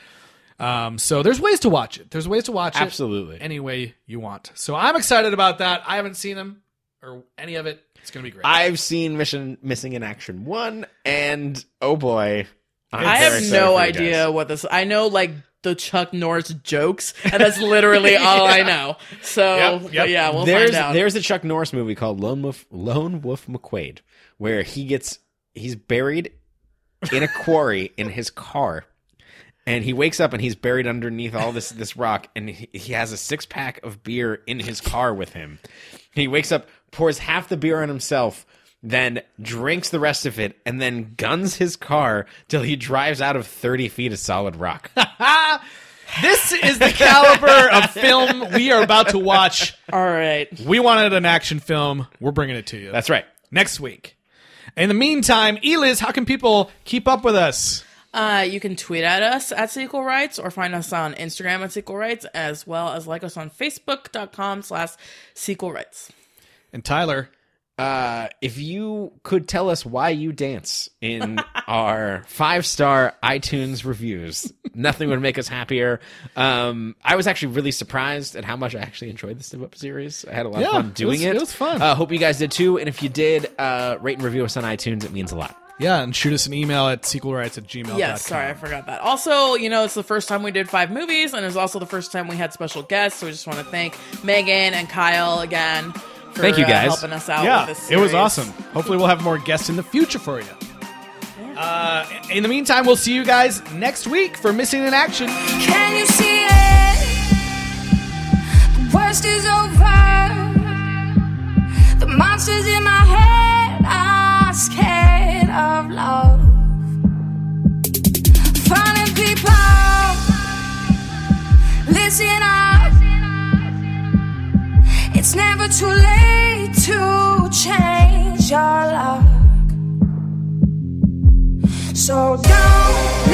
Um, so there's ways to watch it. There's ways to watch it Absolutely. any way you want. So I'm excited about that. I haven't seen them or any of it. It's gonna be great. I've seen Mission Missing in Action one, and oh boy, I'm I very have excited no for you idea guys. what this. I know like the Chuck Norris jokes, and that's (laughs) literally all I know. So Yep, but yep. yeah, we'll there's find out. there's a Chuck Norris movie called Lone Wolf Lone Wolf McQuade, where he gets he's buried in a quarry in his car, and he wakes up and he's buried underneath all this this rock, and he, he has a six pack of beer in his car with him. He wakes up, pours half the beer on himself. Then drinks the rest of it and then guns his car till he drives out of 30 feet of (laughs) solid rock. (laughs) this is the caliber of film we are about to watch. all right. We wanted an action film. We're bringing it to you. That's right. next week. In the meantime, Eliz, how can people keep up with us? Uh, you can tweet at us at Sequel Rights or find us on Instagram at Sequel Rights as well as like us on Facebook.com slash Sequel Rights. And Tyler, uh, if you could tell us why you dance in (laughs) our five star iTunes reviews, nothing would make us happier. Um, I was actually really surprised at how much I actually enjoyed the Step Up series. I had a lot Yeah, of fun it doing was- it. it was fun. Uh, hope you guys did too. And if you did, uh, rate and review us on iTunes. It means a lot. yeah, and shoot us an email at sequelrights at gmail. Yes, sorry, I forgot that. Also, you know, it's the first time we did five movies, and it's also the first time we had special guests. So we just want to thank Megan and Kyle again. For, Thank you, uh, guys. helping us out. Yeah, with this it was series. awesome. Hopefully, we'll have more guests in the future for you. Uh, in the meantime, we'll see you guys next week for Missing in Action. Can you see it? The worst is over. The monsters in my head are scared of love. Funny people, listen up. It's never too late to change your luck. So don't.